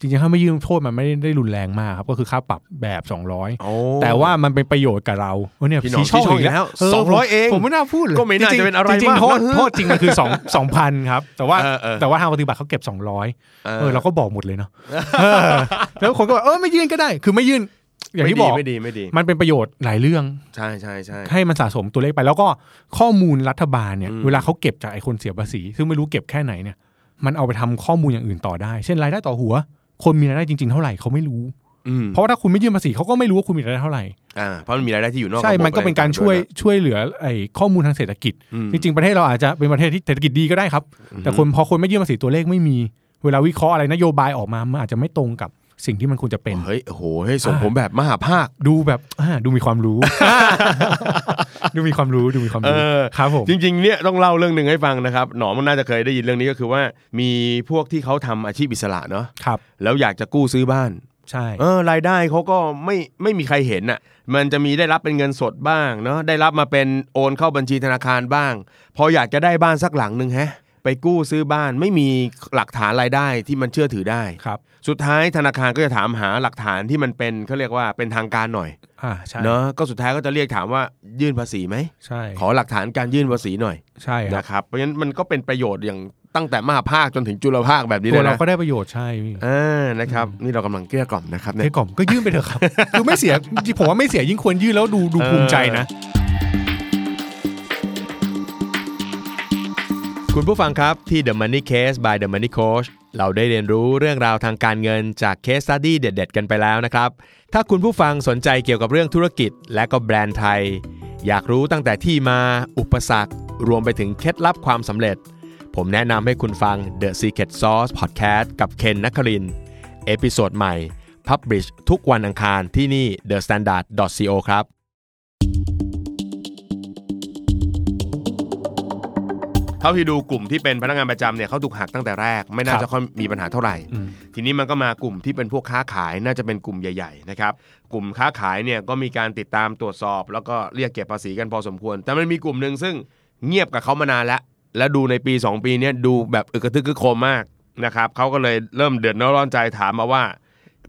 [SPEAKER 2] จริงๆถ้าไม่ยื่นโทษมันไม่ได้รุนแรงมากครับก็คือค่าปรับแบบ
[SPEAKER 1] โอ้
[SPEAKER 2] 200 แต่ว่ามันเป็นประโยชน์กับเราเออเนี่ย
[SPEAKER 1] พี่หนอมชี้ช่องอีกแล้ว
[SPEAKER 2] เผม
[SPEAKER 1] 200เอง
[SPEAKER 2] ผมไม่น่าพูดเลย
[SPEAKER 1] ก็ไม่น่า
[SPEAKER 2] ริงๆ
[SPEAKER 1] จะเป็นอะไร
[SPEAKER 2] จริง
[SPEAKER 1] มาก
[SPEAKER 2] ๆโทษ
[SPEAKER 1] นะ
[SPEAKER 2] โทษจริงมันคือ
[SPEAKER 1] (laughs)
[SPEAKER 2] 2 2,000ครับแต่ว่า
[SPEAKER 1] เออเออ
[SPEAKER 2] แต่ว่าทางปฏิบัติเขาเก็บ 200
[SPEAKER 1] เอ
[SPEAKER 2] เออ
[SPEAKER 1] อ
[SPEAKER 2] เราก็บอกหมดเลยเนาะเออแล้วคนก็บอกเออไม่ยื่นก็ได้ คือไม่ยื่นอย่างที่
[SPEAKER 1] ไม่ดี
[SPEAKER 2] บอก
[SPEAKER 1] ไม่ดีไม่ดี
[SPEAKER 2] มันเป็นประโยชน์หลายเรื่อง
[SPEAKER 1] ใช่ใช่ใช่
[SPEAKER 2] ให้มันสะสมตัวเลขไปแล้วก็ข้อมูลรัฐบาลเนี่ย
[SPEAKER 1] อืม
[SPEAKER 2] เวลาเขาเก็บจากไอ้คนเสียภาษี ซึ่งไม่รู้เก็บแค่ไหนเนี่ยมันเอาไปทำข้อมูลอย่างอื่นต่อได้ เช่นรายได้ต่อหัว คนมีรายได้จริงๆเท่าไหร่เขาไม่รู้
[SPEAKER 1] อืม
[SPEAKER 2] เพราะว่าถ้าคุณไม่ยื่นภาษีเขาก็ไม่รู้ว่าคุณมีรายได้เท่าไหร่
[SPEAKER 1] อ่าเพราะมันมีรายได้ที่อยู่นอก
[SPEAKER 2] ใช่
[SPEAKER 1] ระบบ
[SPEAKER 2] มันก็เป็นการ
[SPEAKER 1] อะไ
[SPEAKER 2] ช่วยช่วยเหลือไอ้ข้อมูลทางเศรษฐกิจ
[SPEAKER 1] อืม
[SPEAKER 2] จริงๆประเทศเราอาจจะเป็นประเทศที่เศรษฐกิจดีก็ได้ครับ แต่คนพอคนไม่ยื่นภาษีตัวเลขไม่มี เวลาวิเคราะห์อะไรนโยบายออกมามันอาจจะไม่ตรงกับสิ่งที่มันควรจะเป็น
[SPEAKER 1] เฮ้ยโอ้โหให้ส่งผมแบบมหาภาค
[SPEAKER 2] ดูแบบอ่าดูมีความรู้ (laughs) ดูมีความรู้ดูมีความรู้
[SPEAKER 1] เออ
[SPEAKER 2] ครับผม
[SPEAKER 1] จริงๆเนี่ยต้องเล่าเรื่องหนึ่งให้ฟังนะครับหนอมน่าจะเคยได้ยินเรื่องนี้ก็คือว่ามีพวกที่เขาทำอาชีพอิสระเนาะ
[SPEAKER 2] ครับ
[SPEAKER 1] แล้วอยากจะกู้ซื้อบ้าน
[SPEAKER 2] ใช่
[SPEAKER 1] เออรายได้เขาก็ไม่ไม่มีใครเห็นน่ะ มันจะมีได้รับเป็นเงินสดบ้างเนาะได้รับมาเป็นโอนเข้าบัญชีธนาคารบ้าง พออยากจะได้บ้านสักหลังหนึ่งแฮะ ไปกู้ซื้อบ้านไม่มีหลักฐานรายได้ที่มันเชื่อถือได้
[SPEAKER 2] ครับ
[SPEAKER 1] สุดท้ายธนาคารก็จะถามหาหลักฐานที่มันเป็นเขาเรียกว่าเป็นทางการหน่อย
[SPEAKER 2] อ่าใช่
[SPEAKER 1] เนาะก็สุดท้ายก็จะเรียกถามว่ายื่นภาษีไหม
[SPEAKER 2] ใช่
[SPEAKER 1] ขอหลักฐานการยื่นภาษีหน่อย
[SPEAKER 2] ใช่ครับ
[SPEAKER 1] นะครับเพราะฉะนั้นมันก็เป็นประโยชน์อย่างตั้งแต่มหาภาคจนถึงจุลภาคแบบนี้
[SPEAKER 2] ตั
[SPEAKER 1] เล
[SPEAKER 2] วย เรา
[SPEAKER 1] นะ
[SPEAKER 2] ก็ได้ประโยชน์ใช่พี่
[SPEAKER 1] อ่านะครับนี่เรากำลังเกลี้ยกล่อมนะครับเนี่ย
[SPEAKER 2] เกกล่อมก็ยื่นไป
[SPEAKER 1] (laughs)
[SPEAKER 2] เถอะครับ คือไม่เสียจริงๆผมว่าไม่เสียยิ่งควรยื่นแล้วดูดู
[SPEAKER 1] เออ
[SPEAKER 2] ภูมิใจนะ
[SPEAKER 1] คุณผู้ฟังครับที่ The Money Case by The Money Coach เราได้เรียนรู้เรื่องราวทางการเงินจากเคสสต s ดี้เด็ด ๆ กันไปแล้วนะครับ ถ้าคุณผู้ฟังสนใจเกี่ยวกับเรื่องธุรกิจและก็แบรนด์ไทย อยากรู้ตั้งแต่ที่มาอุปสรรค รวมไปถึงเคล็ดลับความสำเร็จ ผมแนะนำให้คุณฟัง The Secret Sauce Podcast กับเคนนักครินทร์เอพิโซดใหม่ Publish ทุกวันอังคารที่นี่ The Standard co ครับ เท่าที่ดูกลุ่มที่เป็นพนักงานประจำเนี่ยเขาถูกหักตั้งแต่แรก ไม่น่า
[SPEAKER 2] ครับ
[SPEAKER 1] จะค่อยมีปัญหาเท่าไหร่
[SPEAKER 2] อืม
[SPEAKER 1] ทีนี้มันก็มากลุ่มที่เป็นพวกค้าขายน่าจะเป็นกลุ่มใหญ่ๆนะครับกลุ่มค้าขายเนี่ยก็มีการติดตามตรวจสอบ แล้วก็เรียกเก็บภาษีกันพอสมควร แต่มันมีกลุ่มหนึ่งซึ่งเงียบกับเขามานานแล้ว และดูในปี 2 ปีเนี้ยดูแบบอึกกระทึกคึกโครมมากนะครับเขาก็เลยเริ่มเดือดร้อนใจถามมาว่า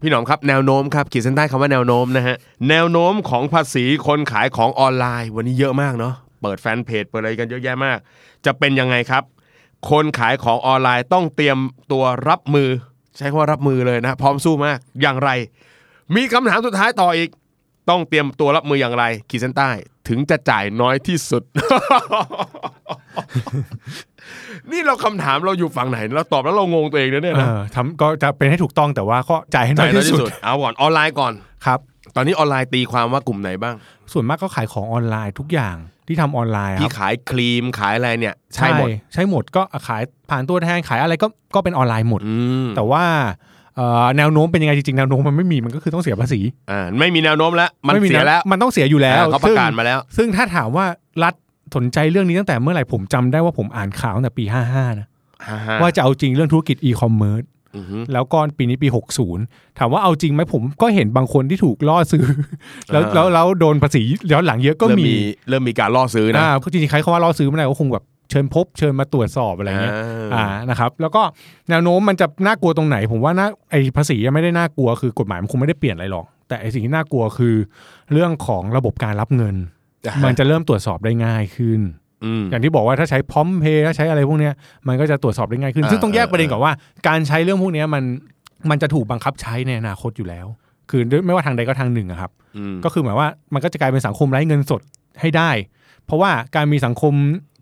[SPEAKER 1] พี่หนอมครับแนวโน้มครับขีดเส้นใต้คำว่าแนวโน้มนะฮะแนวโน้มของภาษีคนขายของออนไลน์ วันนี้เยอะมากเนาะเปิดแฟนเพจเปิดอะไรกันเยอะแยะมาก จะเป็นยังไงครับ คนขายของออนไลน์ต้องเตรียมตัวรับมือ ใช้คำว่ารับมือเลยนะ พร้อมสู้มากอย่างไร มีคำถามสุดท้ายต่ออีก ต้องเตรียมตัวรับมืออย่างไร ขีดเส้นใต้ถึงจะจ่ายน้อยที่สุด (laughs) นี่เราคำถามเราอยู่ฝั่งไหนเราตอบแล้วเรางงตัวเองนะเนี่ย
[SPEAKER 2] เอ
[SPEAKER 1] นะ
[SPEAKER 2] อทำก็จะเป็นให้ถูกต้องแต่ว่าก็จ่ายให้น้
[SPEAKER 1] จ่า
[SPEAKER 2] อย ย
[SPEAKER 1] น้อย
[SPEAKER 2] ที่
[SPEAKER 1] ที่
[SPEAKER 2] สุ
[SPEAKER 1] สุ
[SPEAKER 2] ด
[SPEAKER 1] ดเอาก่อนออนไลน์ก่อน
[SPEAKER 2] ครับ
[SPEAKER 1] ตอนนี้ออนไลน์ตีความว่ากลุ่มไหนบ้าง
[SPEAKER 2] ส่วนมากก็ขายของออนไลน์ทุกอย่างที่ทำออนไลน์ค
[SPEAKER 1] ที่
[SPEAKER 2] รับ
[SPEAKER 1] ขายครีมขายอะไรเนี่ย ใช่หมด
[SPEAKER 2] ใช่หมดก็ขายผ่านตัวแทนขายอะไรก็ก็เป็นออนไลน์หมด
[SPEAKER 1] อืม
[SPEAKER 2] แต่ว่าเอ่อแนวโน้มเป็นยังไงจริงๆแนวโน้มมันไม่มีมันก็คือต้องเสียภาษี
[SPEAKER 1] อ่าไม่มีแนวโน้มแล้ว มัน
[SPEAKER 2] ไ
[SPEAKER 1] เสียแล้ว
[SPEAKER 2] มันต้องเสียอยู่แล้ว
[SPEAKER 1] อ่าเขาประกาศ
[SPEAKER 2] ซึ่ง
[SPEAKER 1] มาแล้ว
[SPEAKER 2] ซึ่งถ้าถามว่ารัฐสนใจเรื่องนี้ตั้งแต่เมื่อไหร่ผมจำได้ว่าผมอ่านข่าวตั้งแต่ปี 55 นะ ว่าจะเอาจริงเรื่องธุรกิจอีคอมเมิร์ซ
[SPEAKER 1] อือฮึ
[SPEAKER 2] แล้วก็ปีนี้ปี 60 ถามว่าเอาจริงไหมผมก็เห็นบางคนที่ถูกล่อซื้อ แล้ว
[SPEAKER 1] อ่า
[SPEAKER 2] แล้วแล้วโดนภาษีย้อนหลังเยอะก็
[SPEAKER 1] เริ่ม
[SPEAKER 2] มี
[SPEAKER 1] มีเริ่มมีการล่อซื้อนะ
[SPEAKER 2] อ่าก็จริงๆใครเขาว่าล่อซื้อไม่ได้ก็คงแบบเชิญพบเชิญมาตรวจสอบอะไรเงี้ย
[SPEAKER 1] อ่า
[SPEAKER 2] อ่านะครับแล้วก็แนวโน้มมันจะน่ากลัวตรงไหน ผมว่าน่าไอ้ภาษียังไม่ได้น่ากลัวคือกฎหมายมันคงไม่ได้เปลี่ยนอะไรหรอก แต่ไอ้สิ่งที่น่ากลัวคือ เรื่องของระบบการรับเงิน
[SPEAKER 1] (laughs)
[SPEAKER 2] มันจะเริ่มตรวจสอบได้ง่ายขึ้น
[SPEAKER 1] อืม
[SPEAKER 2] อย่างที่บอกว่าถ้าใช้พร้อมเพย์ถ้าใช้อะไรพวกเนี้ยมันก็จะตรวจสอบได้ง่ายขึ้น
[SPEAKER 1] อ่า
[SPEAKER 2] ซึ่งต้องแยก
[SPEAKER 1] เออ
[SPEAKER 2] ประเด็นก่อนว่า การใช้เรื่องพวกเนี้ยมันมันจะถูกบังคับใช้ในอนาคตอยู่แล้ว คือด้วยไม่ว่าทางใดก็ทางหนึ่งอะครับ
[SPEAKER 1] อืม
[SPEAKER 2] ก็คือหมายว่ามันก็จะกลายเป็นสังคมไร้เงินสดให้ได้ เพราะว่าการมีสังคม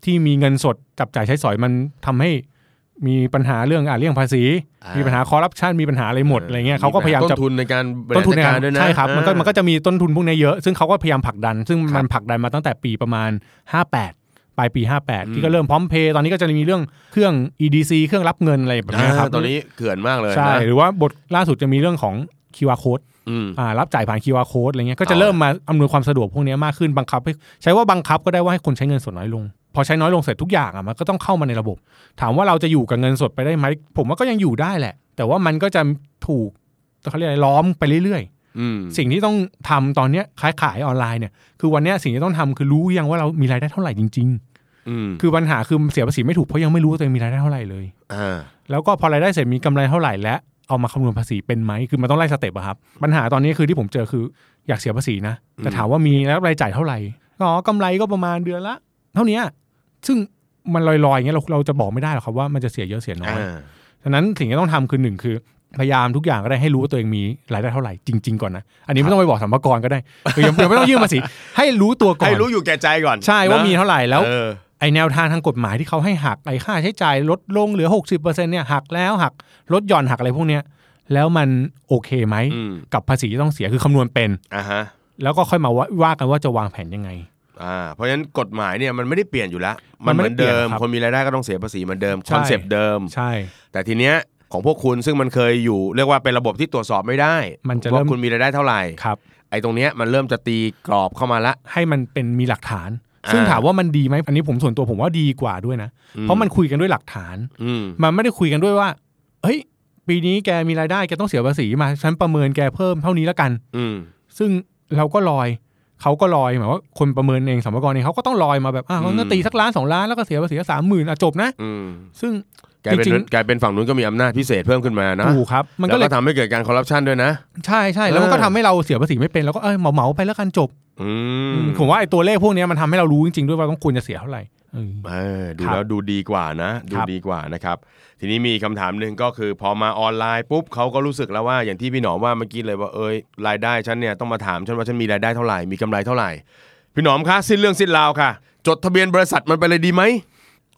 [SPEAKER 2] ที่มีเงินสดจับจ่ายใช้สอยมันทำให้มีปัญหาเรื่องอ่าเรื่องภาษี มีปัญหาคอร์รัปชันมีปัญหาอะไรหมดอะไรเงี้ยเขาก็พยายาม
[SPEAKER 1] ต้
[SPEAKER 2] จะ
[SPEAKER 1] นทุนในการบริหาร
[SPEAKER 2] ต้นทุนใน
[SPEAKER 1] จัด
[SPEAKER 2] การ
[SPEAKER 1] ด้วยนะ
[SPEAKER 2] ใช่ครับมันก็มันก็
[SPEAKER 1] อ่า
[SPEAKER 2] จะมีต้นทุนพวกเนี้ยเยอะ ซึ่งเขาก็พยายามผลักดัน ซึ่ง
[SPEAKER 1] ครั
[SPEAKER 2] มัน
[SPEAKER 1] บ
[SPEAKER 2] ผลักดันมาตั้งแต่ปีประมาณ 58 ปลายปี
[SPEAKER 1] อืม
[SPEAKER 2] 58 ที่ก็เริ่มพร้อมเพย์ตอนนี้ก็จะมีเรื่องเครื่อง EDC เครื่องรับเงินอะไรแบบเนี้ยครับ
[SPEAKER 1] อ่าตอนนี้เขื่อนมากเลย
[SPEAKER 2] ใช่
[SPEAKER 1] นะ
[SPEAKER 2] หรือว่าบทล่าสุดจะมีเรื่องของ QR code
[SPEAKER 1] อืม
[SPEAKER 2] อ่ารับจ่ายผ่าน QR code อะไรเงี้ยก็
[SPEAKER 1] เอา
[SPEAKER 2] จะ
[SPEAKER 1] ละ
[SPEAKER 2] เริ่มมาอำนวยความสะดวกพวกเนี้ยมากขึ้นบังคับให้ใช้ว่าบังคับก็ได้ว่าให้คนใช้เงินสดน้อยลง พอใช้น้อยลงเสร็จทุกอย่างอ่ะมันก็ต้องเข้ามาในระบบ ถามว่าเราจะอยู่กับเงินสดไปได้ไหมผมว่าก็ยังอยู่ได้แหละ แต่ว่ามันก็จะถูกเขาเรียกอะไรล้อมไปเรื่อย
[SPEAKER 1] อืม
[SPEAKER 2] ๆ สิ่งที่ต้องทำตอนเนี้ยขายขายออนไลน์เนี่ยคือวันเนี้ยสิ่งที่ต้องทำคือรู้ยังว่าเรามีรายได้เท่าไหร่จริง
[SPEAKER 1] อืม
[SPEAKER 2] ๆ คือปัญหาคือเสียภาษีไม่ถูกเพราะยังไม่รู้ว่าตัวเองมีรายได้เท่าไหร่เลย
[SPEAKER 1] อ่า
[SPEAKER 2] แล้วก็พอรายได้เสร็จมีกำไรเท่าไหร่และเอามาคำนวณภาษีเป็นไหมคือมันต้องไล่สเต็ปอะครับปัญหาตอนนี้คือที่ผมเจอคืออยากเสียภาษีนะแต่ถามว่ามีแล้วรายจ่ายเท่าไหร่อ๋อกำไรก็ประมาณเดือนละ เท่านี้ซึ่งมันลอยๆอย่างเงี้ยเราเราจะบอกไม่ได้หรอกครับว่ามันจะเสียเยอะเสียน้อย
[SPEAKER 1] อ่า
[SPEAKER 2] ฉะนั้นสิ่งที่ต้องทำคือหนึ่งคือพยายามทุกอย่างก็ได้ให้รู้ว่าตัวเองมีรายได้เท่าไหร่จริง ๆก่อนนะอันนี้ไม่ต้องไปบอกสัมภาระก็ได้คือยังยังไม่ต้องยื่นภาษีให้รู้ตัวก่อน
[SPEAKER 1] ให้รู้อยู่แก่ใจก่อน
[SPEAKER 2] ใช่ว่า
[SPEAKER 1] นะ
[SPEAKER 2] มีเท่าไหร่แล้ว
[SPEAKER 1] เออ
[SPEAKER 2] ไอแนวทางทางกฎหมายที่เขาให้หักไอค่าใช้จ่ายลดลงเหลือ 60%เนี่ยหักแล้วหักลดหย่อนหักอะไรพวกเนี้ยแล้วมันโอเคไหม
[SPEAKER 1] อืม
[SPEAKER 2] กับภาษีที่ต้องเสียคือคำนวณเป็น
[SPEAKER 1] อ่าฮะ
[SPEAKER 2] แล้วก็ค่อยมาว่าว่ากันว่าจะวางแผนยังไง
[SPEAKER 1] อ่าเพราะฉะนั้นกฎหมายเนี่ยมันไม่ได้เปลี่ยนอยู่แล้ว
[SPEAKER 2] มั
[SPEAKER 1] มันเห
[SPEAKER 2] นไม่
[SPEAKER 1] มือ
[SPEAKER 2] ได้
[SPEAKER 1] นเดิม
[SPEAKER 2] เปลี่ยนครับ
[SPEAKER 1] คนมีรายได้ก็ต้องเสียภาษีเหมือนเดิม
[SPEAKER 2] ใช่
[SPEAKER 1] คอนเซปต์เดิม
[SPEAKER 2] ใช่
[SPEAKER 1] แต่ทีเนี้ยของพวกคุณซึ่งมันเคยอยู่เรียกว่าเป็นระบบที่ตรวจสอบไม่ได้
[SPEAKER 2] มันจะเริ่
[SPEAKER 1] ว่าม คุณมีรายได้เท่าไหร่
[SPEAKER 2] ครับ
[SPEAKER 1] ไอ้ตรงเนี้ยมันเริ่มจะตีกรอบเข้ามาละ
[SPEAKER 2] ให้มันเป็นมีหลักฐาน ซึ่ง
[SPEAKER 1] อ่า
[SPEAKER 2] ถามว่ามันดีไหมอันนี้ผมส่วนตัวผมว่าดีกว่าด้วยนะ เพราะมันคุยกันด้วยหลักฐาน
[SPEAKER 1] อืม
[SPEAKER 2] มันไม่ได้คุยกันด้วยว่าเฮ้ยปีนี้แกมีรายได้แกต้องเสียภาษีมาฉันประเมินแกเพิ่มเท่านี้แล้วกัน
[SPEAKER 1] อืม
[SPEAKER 2] ซึ่งเราก็ลอย เขาก็ลอยหมายว่าคนประเมินเองสมกรเองเขาก็ต้องลอยมาแบบอ่ะ
[SPEAKER 1] อืม
[SPEAKER 2] งั้นก็ตีสักล้านสองล้านแล้วก็เสียภาษีสามหมื่นอ่ะจบนะ
[SPEAKER 1] อืม
[SPEAKER 2] ซึ่ง
[SPEAKER 1] กลายเป็น
[SPEAKER 2] จริงๆ
[SPEAKER 1] กลายเป็นฝั่งนู้นก็มีอำนาจพิเศษเพิ่มขึ้นมานะ
[SPEAKER 2] ถูกครับ มันก็
[SPEAKER 1] แล้ว
[SPEAKER 2] เลย
[SPEAKER 1] ก็ทำให้เกิดการคอร์รัปชันด้วยนะ
[SPEAKER 2] ใช่ใช่แล้วมันก็ทำให้เราเสียภาษีไม่เป็นแล้วก็เออเหมาเหมาๆไปแล้วกันจบ
[SPEAKER 1] อืม
[SPEAKER 2] ผมว่าไอ้ตัวเลขพวกเนี้ยมันทำให้เรารู้จริงๆด้วยว่าต้องควรจะเสียเท่าไหร่เออ
[SPEAKER 1] เออดู
[SPEAKER 2] ครับ
[SPEAKER 1] แล้วดูดีกว่านะ ดู
[SPEAKER 2] ครับ
[SPEAKER 1] ดีกว่านะครับ ทีนี้มีคำถามหนึ่งก็คือ พอมาออนไลน์ปุ๊บเขาก็รู้สึกแล้วว่าอย่างที่พี่หนอมว่าเมื่อกี้เลยว่าเอ้ยรายได้ฉันเนี่ยต้องมาถามฉันว่าฉันมีรายได้เท่าไหร่มีกำไรเท่าไหร่ พี่หนอมคะสิ้นเรื่องสิ้นราวค่ะ จดทะเบียนบริษัทมันไปเลยดีไหม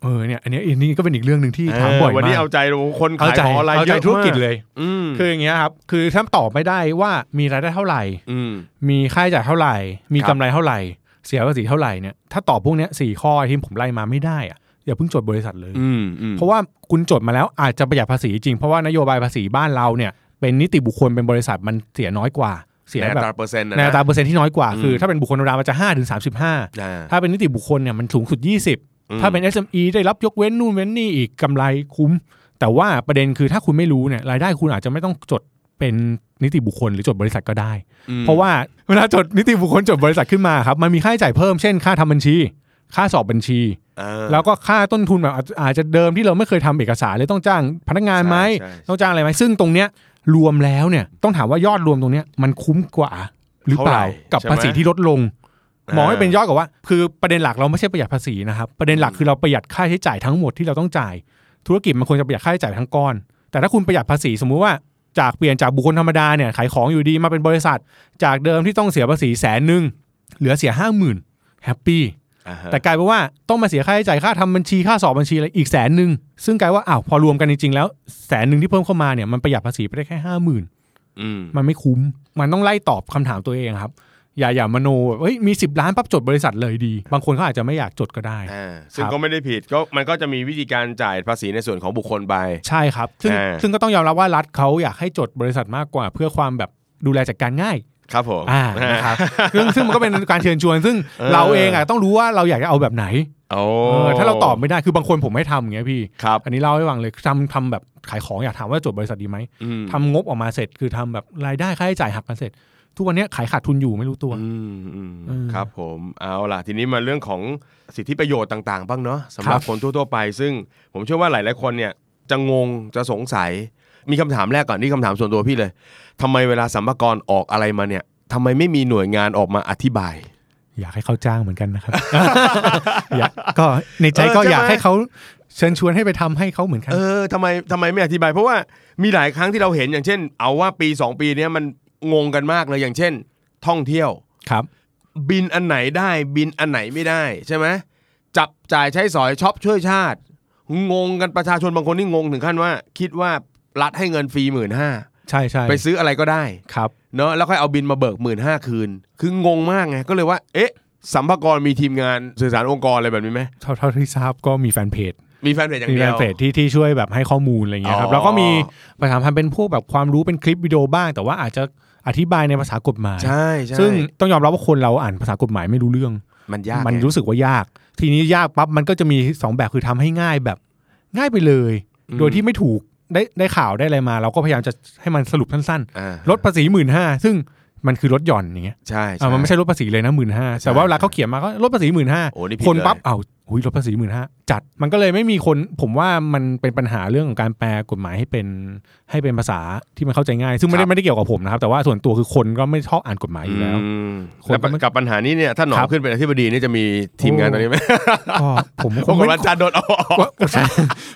[SPEAKER 2] เออเนี่ยอันเนี้ยอันนี้ก็เป็นอีกเรื่องหนึ่งที่ถามบ่อย
[SPEAKER 1] เออ
[SPEAKER 2] มา
[SPEAKER 1] วัน
[SPEAKER 2] ก
[SPEAKER 1] นี้เอาใจคน
[SPEAKER 2] เอา
[SPEAKER 1] ขาย
[SPEAKER 2] ใจ
[SPEAKER 1] ของออนไลน์
[SPEAKER 2] เอา
[SPEAKER 1] เย
[SPEAKER 2] ใจ
[SPEAKER 1] อะ
[SPEAKER 2] ธุรกิจ
[SPEAKER 1] มา
[SPEAKER 2] เลย
[SPEAKER 1] อืม
[SPEAKER 2] คืออย่างเงี้ยครับคือถ้าตอบไม่ได้ว่ามีรายได้เท่าไหร่
[SPEAKER 1] ืม
[SPEAKER 2] มีค่าใช้จ่ายเท่าไหร่ มี
[SPEAKER 1] ครับ
[SPEAKER 2] กำไรเท่าไหร่ เสียภาษีเท่าไหร่เนี่ยถ้าตอบพวกเนี้ยสี่ข้อที่ผมไล่มาไม่ได้อะอย่าเพิ่งจดบริษัทเลย
[SPEAKER 1] อืมอืม
[SPEAKER 2] เพราะว่าคุณจดมาแล้วอาจจะประหยัดภาษีจริง เพราะว่านโยบายภาษีบ้านเราเนี่ยเป็นนิติบุคคลเป็นบริษัทมันเสียน้อยกว่า เสีย
[SPEAKER 1] ในอั
[SPEAKER 2] แบ
[SPEAKER 1] ตรา
[SPEAKER 2] บ
[SPEAKER 1] เปอร์เซ็นต์นะ
[SPEAKER 2] ในอัตรา
[SPEAKER 1] นะ
[SPEAKER 2] เปอร์เซ็นต์ที่น้อยกว่า
[SPEAKER 1] อืม
[SPEAKER 2] คือ ถ้าเป็นบุคคลธรรมดามันจะ5ถึง35
[SPEAKER 1] อ่า
[SPEAKER 2] ถ้าเป็นนิติบุคคลเนี่ยมันสูงสุด
[SPEAKER 1] อื
[SPEAKER 2] 20
[SPEAKER 1] ม
[SPEAKER 2] ถ้าเป็น SME ได้รับยกเว้นนู่นเว้นนี่อีกกำไรคุ้ม แต่ว่าประเด็นคือถ้าคุณไม่รู้เนี่ยรายได้คุณอาจจะไม่ต้องจดเป็นนิติบุคคลหรือจดบริษัทก็ได้
[SPEAKER 1] อืม
[SPEAKER 2] เพราะ (laughs) ว่าเวลาจดนิติบุคคลจดบริษัทขึ้นมาครับมันมีค่าใช้จ่ายเพิ่มเช่นค่าทำบัญชี ค่าสอบบัญชี
[SPEAKER 1] อ่า
[SPEAKER 2] แล้วก็ค่าต้นทุนแบบอาจอาจจะเดิมที่เราไม่เคยทำเอกสารเลยต้องจ้างพนักงานไหม
[SPEAKER 1] ใช่ใช่
[SPEAKER 2] ต้องจ้างอะไรไหมซึ่งตรงเนี้ยรวมแล้วเนี่ยต้องถามว่ายอดรวมตรงเนี้ยมันคุ้มกว่า หรือเปล่ากับภาษีที่ลดลง มองให้เป็นยอดกับว่า คือประเด็นหลักเราไม่ใช่ประหยัดภาษีนะครับ ประเด็นหลักคือเราประหยัดค่าใช้จ่ายทั้งหมดที่เราต้องจ่าย ธุรกิจมันควรจะประหยัดค่าใช้จ่ายทั้งก้อน แต่ถ้าคุณประหยัดภาษีสมมุติว่าจากเปลี่ยนจากบุคคลธรรมดาเนี่ยขายของอยู่ดีมาเป็นบริษัท จากเดิมที่ต้องเสียภาษีแสนหนึ่งเหลือเสียห้าหมื่นแฮปปี้
[SPEAKER 1] อ่าฮะ
[SPEAKER 2] แต่กลายเป็นว่าต้องมาเสียค่าใช้จ่ายค่าทำบัญชีค่าสอบบัญชีอะไรอีกแสนหนึ่งซึ่งกลายว่าอ้าวพอรวมกันจริงๆแล้วแสนหนึ่งที่เพิ่มเข้ามาเนี่ยมันประหยัดภาษีไปได้แค่ห้าหมื่น
[SPEAKER 1] อืม
[SPEAKER 2] มันไม่คุ้ม มันต้องไล่ตอบคำถามตัวเองครับ อย่าอย่ามโนแบบเฮ้ยมี 10 ล้านปั๊บจดบริษัทเลยดี บางคนเขาอาจจะไม่อยากจดก็ได้
[SPEAKER 1] อ่าซึ่ง
[SPEAKER 2] ครับ
[SPEAKER 1] ก็ไม่ได้ผิดก็มันก็จะมีวิธีการจ่ายภาษีในส่วนของบุคคลไป
[SPEAKER 2] ใช่ครับ ซึ่ง
[SPEAKER 1] อ่า
[SPEAKER 2] ซึ่งก็ต้องยอมรับว่ารัฐเขาอยากให้จดบริษัทมากกว่า เพื่อความแบบดูแลจัดการง่าย
[SPEAKER 1] ครับผม
[SPEAKER 2] อ่านะครับซึ่งซึ่งมันก็เป็นการเชิญชวน ซึ่งเราเองอ่ะต้องรู้ว่าเราอยากจะเอาแบบไหน
[SPEAKER 1] โอ้
[SPEAKER 2] เออถ้าเราตอบไม่ได้คือบางคนผมไม่ทำอย่างเงี้ยพี่
[SPEAKER 1] ครับ
[SPEAKER 2] อันนี้เล่าให้ฟังเลยทำทำแบบขายของอยากถามว่าจดบริษัทดีไหม
[SPEAKER 1] อืม
[SPEAKER 2] ทำงบออกมาเสร็จคือทำแบบรายได้ค่าใช้จ่ายหักกันเสร็จ ทุกวันเนี้ยขายขาดทุนอยู่ไม่รู้ตัว
[SPEAKER 1] อืมอืม
[SPEAKER 2] เออ
[SPEAKER 1] ครับผมเอาล่ะทีนี้มาเรื่องของสิทธิประโยชน์ต่างๆ บ้างเนาะสำห
[SPEAKER 2] ครั
[SPEAKER 1] รับบ คนทั่วๆไป ซึ่งผมเชื่อว่าหลายๆคนเนี่ยจะงงจะสงสัย มีคำถามแรกก่อนนี่คำถามส่วนตัวพี่เลยทำไมเวลาสัมภากระออกอะไรมาเนี่ยทำไมไม่มีหน่วยงานออกมาอธิบาย
[SPEAKER 2] อยากให้เขาจ้างเหมือนกันนะครับ (laughs) อยากก็ในใจก็
[SPEAKER 1] เออใช่ไหม
[SPEAKER 2] อยากให้เขาเชิญชวนให้ไปทำให้เขาเหมือนกัน
[SPEAKER 1] เออทำไมทำไมไม่อธิบาย เพราะว่ามีหลายครั้งที่เราเห็นอย่างเช่น เอาว่าปี 2 ปีเนี้ยมันงงกันมากเลยอย่างเช่น ท่องเที่ยว
[SPEAKER 2] ครับ
[SPEAKER 1] บินอันไหนได้บินอันไหนไม่ได้ใช่ไหมจับจ่ายใช้สอยช็อปช่วยชาติ งงกันประชาชนบางคนนี่งงถึงขั้นว่า คิดว่ารัฐให้เงินฟรีหมื่นห้า
[SPEAKER 2] ใช่ใช่
[SPEAKER 1] ไปซื้ออะไรก็ได้
[SPEAKER 2] ครับ
[SPEAKER 1] เนาะแล้วค่อยเอาบินมาเบิกหมื่นห้าคืน คืองงมากไงก็เลยว่า เอ๊ะสัมภากระมีทีมงานสื่อสารองค์กรอะไรแบบนี้ไหม
[SPEAKER 2] เท่าเท่าที่ทราบก็มีแฟนเพจ
[SPEAKER 1] มีแฟนเพจอย่าง
[SPEAKER 2] มี
[SPEAKER 1] เดี
[SPEAKER 2] แฟ
[SPEAKER 1] ย
[SPEAKER 2] น
[SPEAKER 1] ว
[SPEAKER 2] เพจที่ที่ช่วยแบบให้ข้อมูลอะไรอย่างเงี้ยครั
[SPEAKER 1] อ๋
[SPEAKER 2] บ
[SPEAKER 1] อ
[SPEAKER 2] แล้วก็มีประชาสัมพันธ์เป็นพวกแบบความรู้เป็นคลิปวิดีโอบ้าง แต่ว่าอาจจะอธิบายในภาษากฎหมาย
[SPEAKER 1] ใช่ใช่
[SPEAKER 2] ซึ่งต้องยอมรับว่าคนเราอ่านภาษากฎหมายไม่รู้เรื่อง
[SPEAKER 1] มันยาก
[SPEAKER 2] มัน
[SPEAKER 1] ไง
[SPEAKER 2] รู้สึกว่ายาก ทีนี้ยากปั๊บมันก็จะมีสองแบบคือทำให้ง่ายแบบง่ายไปเลย
[SPEAKER 1] อืม
[SPEAKER 2] โดยที่ไม่ถูกได้ได้ข่าวได้อะไรมา เราก็พยายามจะให้มันสรุปสั้นๆ
[SPEAKER 1] อ่า
[SPEAKER 2] ลดภาษีหมื่นห้าซึ่งมันคือลดหย่อนอย่างเงี้ย
[SPEAKER 1] ใช่ใช่
[SPEAKER 2] อ่ะมันไม่ใช่ลดภาษีเลยนะหมื่นห้า
[SPEAKER 1] ใช่
[SPEAKER 2] แต่ว่าเวลาเขาเขียนมาก็ลดภาษีหมื่นห้า
[SPEAKER 1] โอ้นี่ผิด
[SPEAKER 2] คน
[SPEAKER 1] เลย
[SPEAKER 2] ปั๊บเอาหุยลดภาษีหมื่นห้าจัดมันก็เลยไม่มีคนผมว่ามันเป็นปัญหาเรื่องของการแปลกฎหมายให้เป็นให้เป็นภาษาที่มันเข้าใจง่าย ซึ่งไม่
[SPEAKER 1] ค
[SPEAKER 2] ได้
[SPEAKER 1] รับ
[SPEAKER 2] ไม่ได้เกี่ยวกับผมนะครับ แต่ว่าส่วนตัวคือคนก็ไม่ชอบอ่านกฎหมายอยู่แล้ว
[SPEAKER 1] อืม
[SPEAKER 2] คน
[SPEAKER 1] แล้ว
[SPEAKER 2] ก็ไม่
[SPEAKER 1] กับปัญหานี้เนี่ยถ้าหนอ
[SPEAKER 2] ค
[SPEAKER 1] ม
[SPEAKER 2] รับ
[SPEAKER 1] ขึ้นเป็นอธิบดีนี่จะมีทีมงานตอนนี้ไหม
[SPEAKER 2] ก็ผมค
[SPEAKER 1] ปราง กฏ
[SPEAKER 2] ไม่
[SPEAKER 1] ว่าอาจารย์โดนเอาออก
[SPEAKER 2] (laughs) ว่า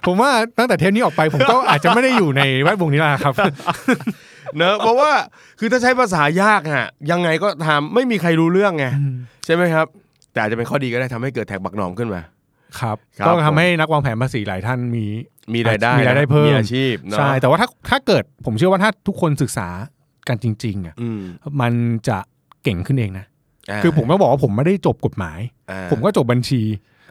[SPEAKER 2] ผมว่าตั้งแต่เทปนี้ออกไปผมก็ (laughs) อาจจะไม่ได้อยู่ในแวดวงนี้แล้วครับ (laughs)
[SPEAKER 1] เนอะเพราะว่าคือถ้าใช้ภาษายากฮะยังไงก็ทำไม่มีใครรู้เรื่องไงใช่ไหมครับ แต่อาจจะเป็นข้อดีก็ได้ทำให้เกิดแท็กบักหนอมขึ้นมา
[SPEAKER 2] ครับ
[SPEAKER 1] ครับ
[SPEAKER 2] ก็ทำให้นักวางแผนภาษีหลายท่านมี
[SPEAKER 1] มีรายได้
[SPEAKER 2] มีรายได้เพิ่ม
[SPEAKER 1] มีอาชีพเนอะ
[SPEAKER 2] ใช่ แต่ว่าถ้าถ้าเกิดผมเชื่อว่าถ้าทุกคนศึกษากันจริงๆอ่ะ
[SPEAKER 1] อืม
[SPEAKER 2] มันจะเก่งขึ้นเองนะ
[SPEAKER 1] า
[SPEAKER 2] คือผมต้องบอกว่าผมไม่ได้จบกฎหมาย
[SPEAKER 1] อ่า
[SPEAKER 2] ผมก็จบบัญชี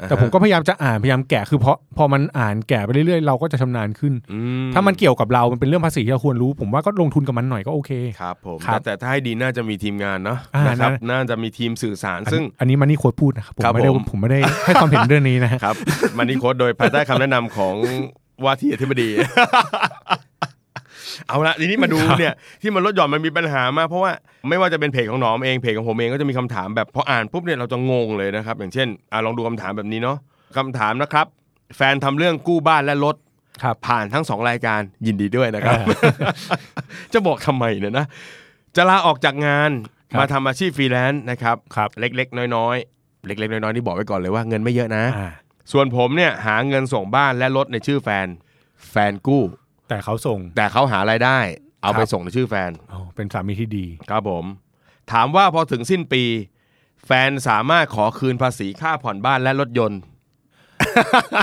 [SPEAKER 1] อ่า
[SPEAKER 2] แต่ผมก็พยายามจะอ่านพยายามแกะคือเพราะพอมันอ่านแกะไปเรื่อยๆเราก็จะชำนาญขึ้น
[SPEAKER 1] อื
[SPEAKER 2] ถ้ามันเกี่ยวกับเรา มันเป็นเรื่องภาษีที่เราควรรู้ ผมว่าก็ลงทุนกับมันหน่อยก็โอเค
[SPEAKER 1] ครับผม
[SPEAKER 2] ครับ
[SPEAKER 1] แต่แต่ถ้าให้ดีน่าจะมีทีมงานเนาะ
[SPEAKER 2] อ่า
[SPEAKER 1] นะครับ
[SPEAKER 2] นะ
[SPEAKER 1] น่าจะมีทีมสื่อสารซึ่ง
[SPEAKER 2] อันอันนี้มันนี่โค้ดพูดนะครับผม
[SPEAKER 1] ครับ
[SPEAKER 2] ไม่ได้
[SPEAKER 1] ผม
[SPEAKER 2] ผมไม่ได้ให้ความเห็นเรื่องนี้นะฮะ
[SPEAKER 1] ครับ มันนี่โค้ดโดยภายใต้คำแนะนำของว่าที่อธิบดี (laughs) เอาละทีนี้มาดูเนี่ยที่มันลดหย่อนมันมีปัญหามากเพราะว่าไม่ว่าจะเป็นเพจของหนอมเองเพจของผมเองก็จะมีคำถามแบบพออ่านปุ๊บเนี่ยเราจะงงเลยนะครับ อย่างเช่นอ่ะลองดูคำถามแบบนี้เนาะคำถามนะครับ แฟนทำเรื่องกู้บ้านและรถ
[SPEAKER 2] ครับ
[SPEAKER 1] ผ่านทั้งสองรายการยินดีด้วยนะครับ (laughs) จะบอกทำไมเนี่ยนะ จะลาออกจากงาน
[SPEAKER 2] ครับ
[SPEAKER 1] มาทำอาชีพฟรีแลนซ์นะครับ
[SPEAKER 2] ครับ
[SPEAKER 1] เล็กๆ น้อยๆ เล็กๆ น้อยๆนี่บอกไว้ก่อนเลยว่าเงินไม่เยอะนะ
[SPEAKER 2] อ่า
[SPEAKER 1] ส่วนผมเนี่ยหาเงินส่งบ้านและรถในชื่อแฟน แฟนกู้
[SPEAKER 2] แต่เขาส่ง
[SPEAKER 1] แต่เขาหารายได้ เอาไป
[SPEAKER 2] ครับ
[SPEAKER 1] ส่งในชื่อแฟน
[SPEAKER 2] อ๋อเป็นสามีที่
[SPEAKER 1] (laughs)
[SPEAKER 2] ดี
[SPEAKER 1] ครับผม ถามว่าพอถึงสิ้นปี แฟนสามารถขอคืนภาษีค่าผ่อนบ้านและรถยนต์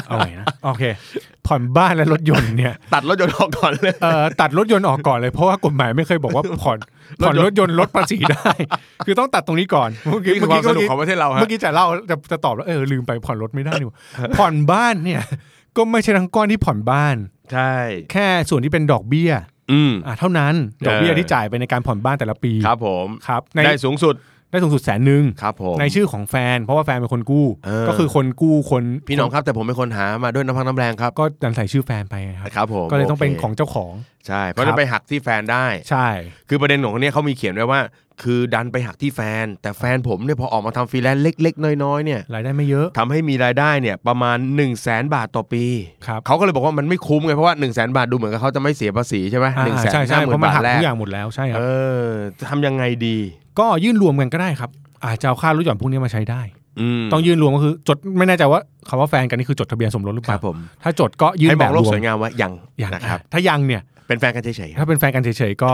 [SPEAKER 2] เอาไงนะโอเค ผ่อนบ้านและรถยนต์เนี่ย
[SPEAKER 1] (laughs) ตัดรถยนต์ออกก่อนเลย
[SPEAKER 2] เอ่อตัดรถยนต์ออกก่อนเลยเพราะว่ากฎหมายไม่เคยบอกว่า (laughs) ผ่อนผ่อนรถยนต์ลดภาษีได้ (laughs) คือต้องตัดตรงนี้ก่อนเมื่อกี้
[SPEAKER 1] นี่คือความสนุกของประเทศเราฮะ
[SPEAKER 2] เมื่อกี้จะเล่าจะจะตอบแล้วเออลืมไปผ่อนรถไม่ได้นี่หว่า (laughs) ผ่อนบ้านเนี่ย ก็ไม่ใช่ทั้งก้อนที่ผ่อนบ้าน
[SPEAKER 1] ใช่
[SPEAKER 2] แค่ส่วนที่เป็นดอกเบี้ย
[SPEAKER 1] อืม
[SPEAKER 2] อ่ะเท่านั้นดอกเบี้ย
[SPEAKER 1] เออ
[SPEAKER 2] ที่จ่ายไปในการผ่อนบ้านแต่ละปี
[SPEAKER 1] ครับผม
[SPEAKER 2] ครับใน
[SPEAKER 1] ได้สูงสุด
[SPEAKER 2] ได้สูงสุดแสนหนึ่ง
[SPEAKER 1] ครับผม
[SPEAKER 2] ในชื่อของแฟน เพราะว่าแฟนเป็นคนกู้
[SPEAKER 1] เออ
[SPEAKER 2] ก็คือคนกู้คน
[SPEAKER 1] พี่หน้องครับแต่ผมเป็นคนหามาด้วยน้ำพักน้ำแรงครับ
[SPEAKER 2] ก็ดันใส่ชื่อแฟนไปไงครับ
[SPEAKER 1] ครับผม
[SPEAKER 2] ก็เลยต้องเป็นของ
[SPEAKER 1] โ
[SPEAKER 2] เจ้าของ
[SPEAKER 1] คใช่ เพราะจะไปหักที่แฟนได้
[SPEAKER 2] ใช่
[SPEAKER 1] คือประเด็นของคนเนี้ยเขามีเขียนไว้ว่า คือดันไปหักที่แฟน แต่แฟนผมเนี่ยพอออกมาทำฟรีแลนซ์เล็ก ๆ น้อยๆเนี่ย
[SPEAKER 2] รายได้ไม่เยอะ
[SPEAKER 1] ทำให้มีรายได้เนี่ยประมาณ 1 0 0 0 0แบาทต่อปี
[SPEAKER 2] ครับ
[SPEAKER 1] เขาก็เลยบอกว่ามันไม่คุ้มไงเพราะว่า1 0 0 0 0แบาทดูเหมือนกับเขาจะไม่เสียภาษีใช่ไหม
[SPEAKER 2] อ่า
[SPEAKER 1] หนึ่งแสน
[SPEAKER 2] ใช่ใช่
[SPEAKER 1] ห้าห
[SPEAKER 2] เพ
[SPEAKER 1] มื่น
[SPEAKER 2] ราะมัน
[SPEAKER 1] บาท
[SPEAKER 2] หัก
[SPEAKER 1] แรก
[SPEAKER 2] ทุกอย่างหมดแล้วใช่ครั
[SPEAKER 1] เอบ อจะทำยังไงดี
[SPEAKER 2] ก็ยื่นรวมกันก็ได้ครับ อาจจะเอาค่ารถหย่อนพวกนี้มาใช้ได้
[SPEAKER 1] อืม
[SPEAKER 2] ต้องยื่นรวมก็คือจดไม่แน่ใจว่าคำว่าแฟนกันนี่คือจดทะเบียนสมรสหรือเป
[SPEAKER 1] ครั
[SPEAKER 2] ล่า
[SPEAKER 1] บผม
[SPEAKER 2] ถ้าจดก็ยื่น
[SPEAKER 1] ให้ม
[SPEAKER 2] แบ
[SPEAKER 1] อง
[SPEAKER 2] บ
[SPEAKER 1] โล
[SPEAKER 2] ร
[SPEAKER 1] ก
[SPEAKER 2] วม
[SPEAKER 1] สวยงามว่ายัง
[SPEAKER 2] อย่าง
[SPEAKER 1] นะครับ
[SPEAKER 2] ถ้ายังเนี่ย
[SPEAKER 1] เป็นแฟนกันเฉยๆค
[SPEAKER 2] ถ้า
[SPEAKER 1] รับ
[SPEAKER 2] เป็นแฟนกันเฉยๆก็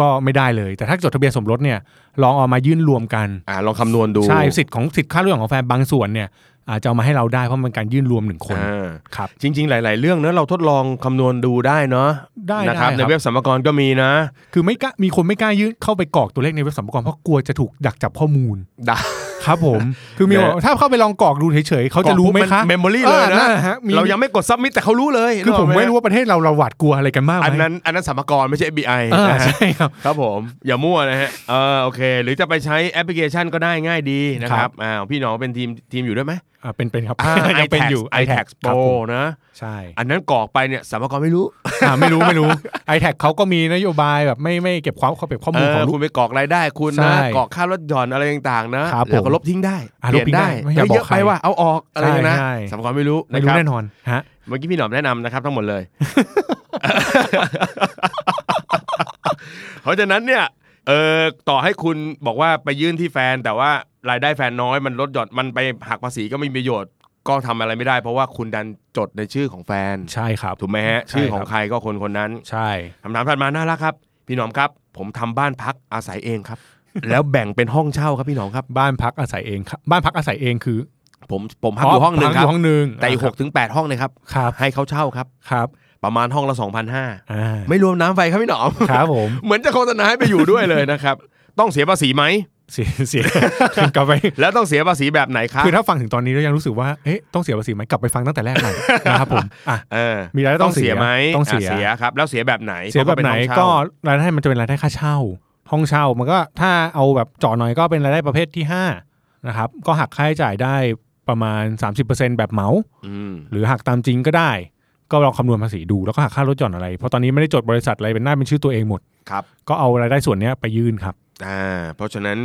[SPEAKER 2] ก็ไม่ได้เลย แต่ถ้าจดทะเบียนสมรสเนี่ยลองเอามายื่นรวมกัน
[SPEAKER 1] อ่าลองคำนวณดู
[SPEAKER 2] ใช่สิทธิ์ของสิทธิ์ค่าเรื่องของแฟนบางส่วนเนี่ยอาจจะเอามาให้เราได้เพราะมันเป็นการยื่นรวมหนึ่งคน
[SPEAKER 1] อ่า
[SPEAKER 2] ครับ
[SPEAKER 1] จริงๆ หลาย ๆ เรื่องเนอะเราทดลองคำนวณดูได้เนาะ
[SPEAKER 2] ได้
[SPEAKER 1] นะครับ
[SPEAKER 2] ได้ครับ
[SPEAKER 1] ในเว็บสมการก็มีนะ
[SPEAKER 2] คือไม่กล้ามีคนไม่กล้ายื่นเข้าไปกรอกตัวเลขในเว็บสำกรเพราะกลัวจะถูกดักจับข้อมูล
[SPEAKER 1] ได้
[SPEAKER 2] ครับผม คือมี
[SPEAKER 1] เนี่ย
[SPEAKER 2] บอกว่าถ้าเข้าไปลองกรอกดูเฉยๆเขาจะรู้ไหมคะ
[SPEAKER 1] เมมโมรี่เลย
[SPEAKER 2] ออ
[SPEAKER 1] นะ
[SPEAKER 2] ฮะมี
[SPEAKER 1] เรายังไม่กดซับมิดแต่เขารู้เลย
[SPEAKER 2] คือผมไม่รู้
[SPEAKER 1] นึกกห
[SPEAKER 2] ว่าประเทศเราเราหวาดกลัวอะไรกันมากไหม
[SPEAKER 1] อันนั้นอันนั้นสมการไม่ใช่ BI
[SPEAKER 2] อ่า
[SPEAKER 1] นะฮะ
[SPEAKER 2] ใช่ครับ
[SPEAKER 1] ครับผม อย่ามั่วนะฮะเออโอเค หรือจะไปใช้แอปพลิเคชันก็ได้ง่ายดีนะค
[SPEAKER 2] ครั
[SPEAKER 1] รับบ อ่าพี่หน้องเป็นทีมทีมอยู่ด้วยไหม
[SPEAKER 2] อ่าเป็นเป็นครับ
[SPEAKER 1] อ่า
[SPEAKER 2] (laughs) ยังเป็น
[SPEAKER 1] iTax
[SPEAKER 2] อยู่
[SPEAKER 1] iTax
[SPEAKER 2] ครับ
[SPEAKER 1] Pro
[SPEAKER 2] ผม
[SPEAKER 1] นะ
[SPEAKER 2] ใช่
[SPEAKER 1] อันนั้นกรอกไปเนี่ยสมการไม่รู้
[SPEAKER 2] อ่าไม่รู้ไม่รู้ i t a ทเขาก็มีนโยบายแบบไม่ไม่เก็บความเขาเก็บข้อ
[SPEAKER 1] เอ
[SPEAKER 2] มูลขอ
[SPEAKER 1] อง
[SPEAKER 2] ลู
[SPEAKER 1] คุ
[SPEAKER 2] ก
[SPEAKER 1] ณไปกรอกรายได้คุณ
[SPEAKER 2] ใช่
[SPEAKER 1] นะกรอกค่ารถหย่อนอะไรต่างๆนะครับ
[SPEAKER 2] ผม
[SPEAKER 1] แล้วก็ลบทิ้งได้
[SPEAKER 2] อ่ะ
[SPEAKER 1] เป
[SPEAKER 2] ล
[SPEAKER 1] ลี่ยน
[SPEAKER 2] บทิ้งได้
[SPEAKER 1] ได้
[SPEAKER 2] ไม่อย่า
[SPEAKER 1] เฮ้ย
[SPEAKER 2] บอก
[SPEAKER 1] เยอะ
[SPEAKER 2] ใคร
[SPEAKER 1] ไปว่ะเอาออกอะไรอย่างเงี้ยนะ
[SPEAKER 2] ใช่ใช่
[SPEAKER 1] สมการไม่รู้
[SPEAKER 2] ไม่รู้
[SPEAKER 1] ะคบ
[SPEAKER 2] แน่นอนฮะ
[SPEAKER 1] เมื่อกี้พี่หนอมแนะนำนะครับทั้งหมดเลย เพราะฉะนั้นเนี่ยเออต่อให้คุณบอกว่าไปยื่นที่แฟน แต่ว่ารายได้แฟนน้อยมันลดหย่อนมันไปหักภาษีก็ไม่มีประโยชน์ ก็ทำอะไรไม่ได้ เพราะว่าคุณดันจดในชื่อของแฟน
[SPEAKER 2] ใช่ครับ
[SPEAKER 1] ถูกไหมฮะ
[SPEAKER 2] ใช่ครับ
[SPEAKER 1] ชื่อของใครก็คนคนนั้น
[SPEAKER 2] ใช่
[SPEAKER 1] คำถามถัดมาน่ารักครับ พี่หนอมครับ ผมทำบ้านพักอาศัยเองครับ (laughs) แล้วแบ่งเป็นห้องเช่าครับพี่หนอมครับ
[SPEAKER 2] บ้านพักอาศัยเองครับบ้านพักอาศัยเองคือ
[SPEAKER 1] ผมผมพักอยู่ห้องหนึ่งค
[SPEAKER 2] พัก
[SPEAKER 1] รับ
[SPEAKER 2] ยู่ห้องหนึ่ง
[SPEAKER 1] แต่อีกหกถึงแปดห้องเลยครับ
[SPEAKER 2] ครับ
[SPEAKER 1] ให้เขาเช่าครับ
[SPEAKER 2] ครับ
[SPEAKER 1] ประมาณห้องละสองพันห้า
[SPEAKER 2] อ่า
[SPEAKER 1] (laughs) ไม่รวมน้ำไฟครับพี่หนอม
[SPEAKER 2] ครับผม
[SPEAKER 1] (laughs) เหมือนจะโฆษณาให้ไปอยู่ด้วยเลยนะครับ (laughs) ต้องเสียภาษีไหม
[SPEAKER 2] เสีย (laughs) เสีย
[SPEAKER 1] (laughs)
[SPEAKER 2] กลับไป
[SPEAKER 1] แล้วต้องเสียภาษีแบบไหนครับ
[SPEAKER 2] คือถ้าฟังถึงตอนนี้แล้วยังรู้สึกว่า เอ๊ะ ต้องเสียภาษีไหมกลับไปฟังตั้งแต่แรกหน่อย นะครับผม อ่ะ
[SPEAKER 1] เออ
[SPEAKER 2] มีรายได้ต้องเสีย
[SPEAKER 1] ไหม
[SPEAKER 2] ต้องเสีย
[SPEAKER 1] ะเสียครับ แล้วเสียแบบไหน
[SPEAKER 2] เสียแบบไหน
[SPEAKER 1] เพราะเขาเป็
[SPEAKER 2] ก็
[SPEAKER 1] ห้องเช่าร
[SPEAKER 2] ายได้มันจะเป็นรายได้ค่าเช่า ห้องเช่ามันก็ถ้าเอาแบบเจาะหน่อยก็เป็นรายได้ประเภทที่ 5 นะครับ ก็หักค่าใช้จ่ายได้ประมาณ 30%แบบเหมา
[SPEAKER 1] อืม
[SPEAKER 2] หรือหักตามจริงก็ได้ ก็ลองคำนวณภาษีดูแล้วก็หักค่ารถหย่อนอะไร เพราะตอนนี้ไม่ได้จดบริษัทอะไรเป็นหน้าเป็นชื่อตัวเองหมด
[SPEAKER 1] ครับ
[SPEAKER 2] ก็เอารายได้ส่วนเนี้ยไปยื่นครับ
[SPEAKER 1] อ่าเพราะฉะนั้น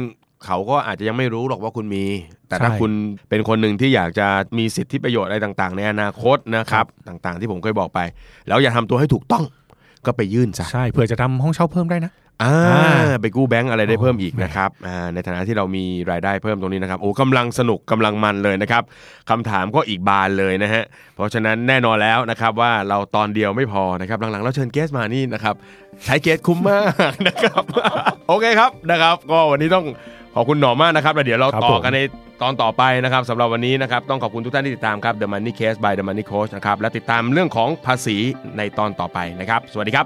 [SPEAKER 1] เขาก็อาจจะยังไม่รู้หรอกว่าคุณมี แต่ถ้า
[SPEAKER 2] ใช่
[SPEAKER 1] คุณเป็นคนหนึ่งที่อยากจะมีสิทธิประโยชน์อะไรต่างๆ ในอนาคตนะครับต่างๆ ที่ผมเคยบอกไป แล้วอย่าทำตัวให้ถูกต้องก็ไปยื่นซะ
[SPEAKER 2] ใช่ เผื่อจะทำห้องเช่าเพิ่มได้นะ
[SPEAKER 1] อ่า
[SPEAKER 2] อ่า
[SPEAKER 1] ไปกู้แบงก์อะไรได้เพิ่มอีก
[SPEAKER 2] โอ้โห
[SPEAKER 1] นะครับอ่าในฐานะที่เรามีรายได้เพิ่มตรงนี้นะครับโอ้กำลังสนุกกำลังมันเลยนะครับคำถามก็อีกบานเลยนะฮะเพราะฉะนั้นแน่นอนแล้วนะครับว่าเราตอนเดียวไม่พอนะครับหลังๆเราเชิญเกสมานี่นะครับใช้เกสคุ้มมากนะครับ (laughs) โอเคครับนะครับ ก็วันนี้ต้องขอบคุณหนอมมากนะครับแล้วเดี๋ยวเราต่อกันในตอนต่อไปนะครับสำหรับวันนี้นะครับต้องขอบคุณทุกท่านที่ติดตามครับ The Money Case by The Money Coach นะครับและติดตามเรื่องของภาษีในตอนต่อไปนะครับ สวัสดีครับ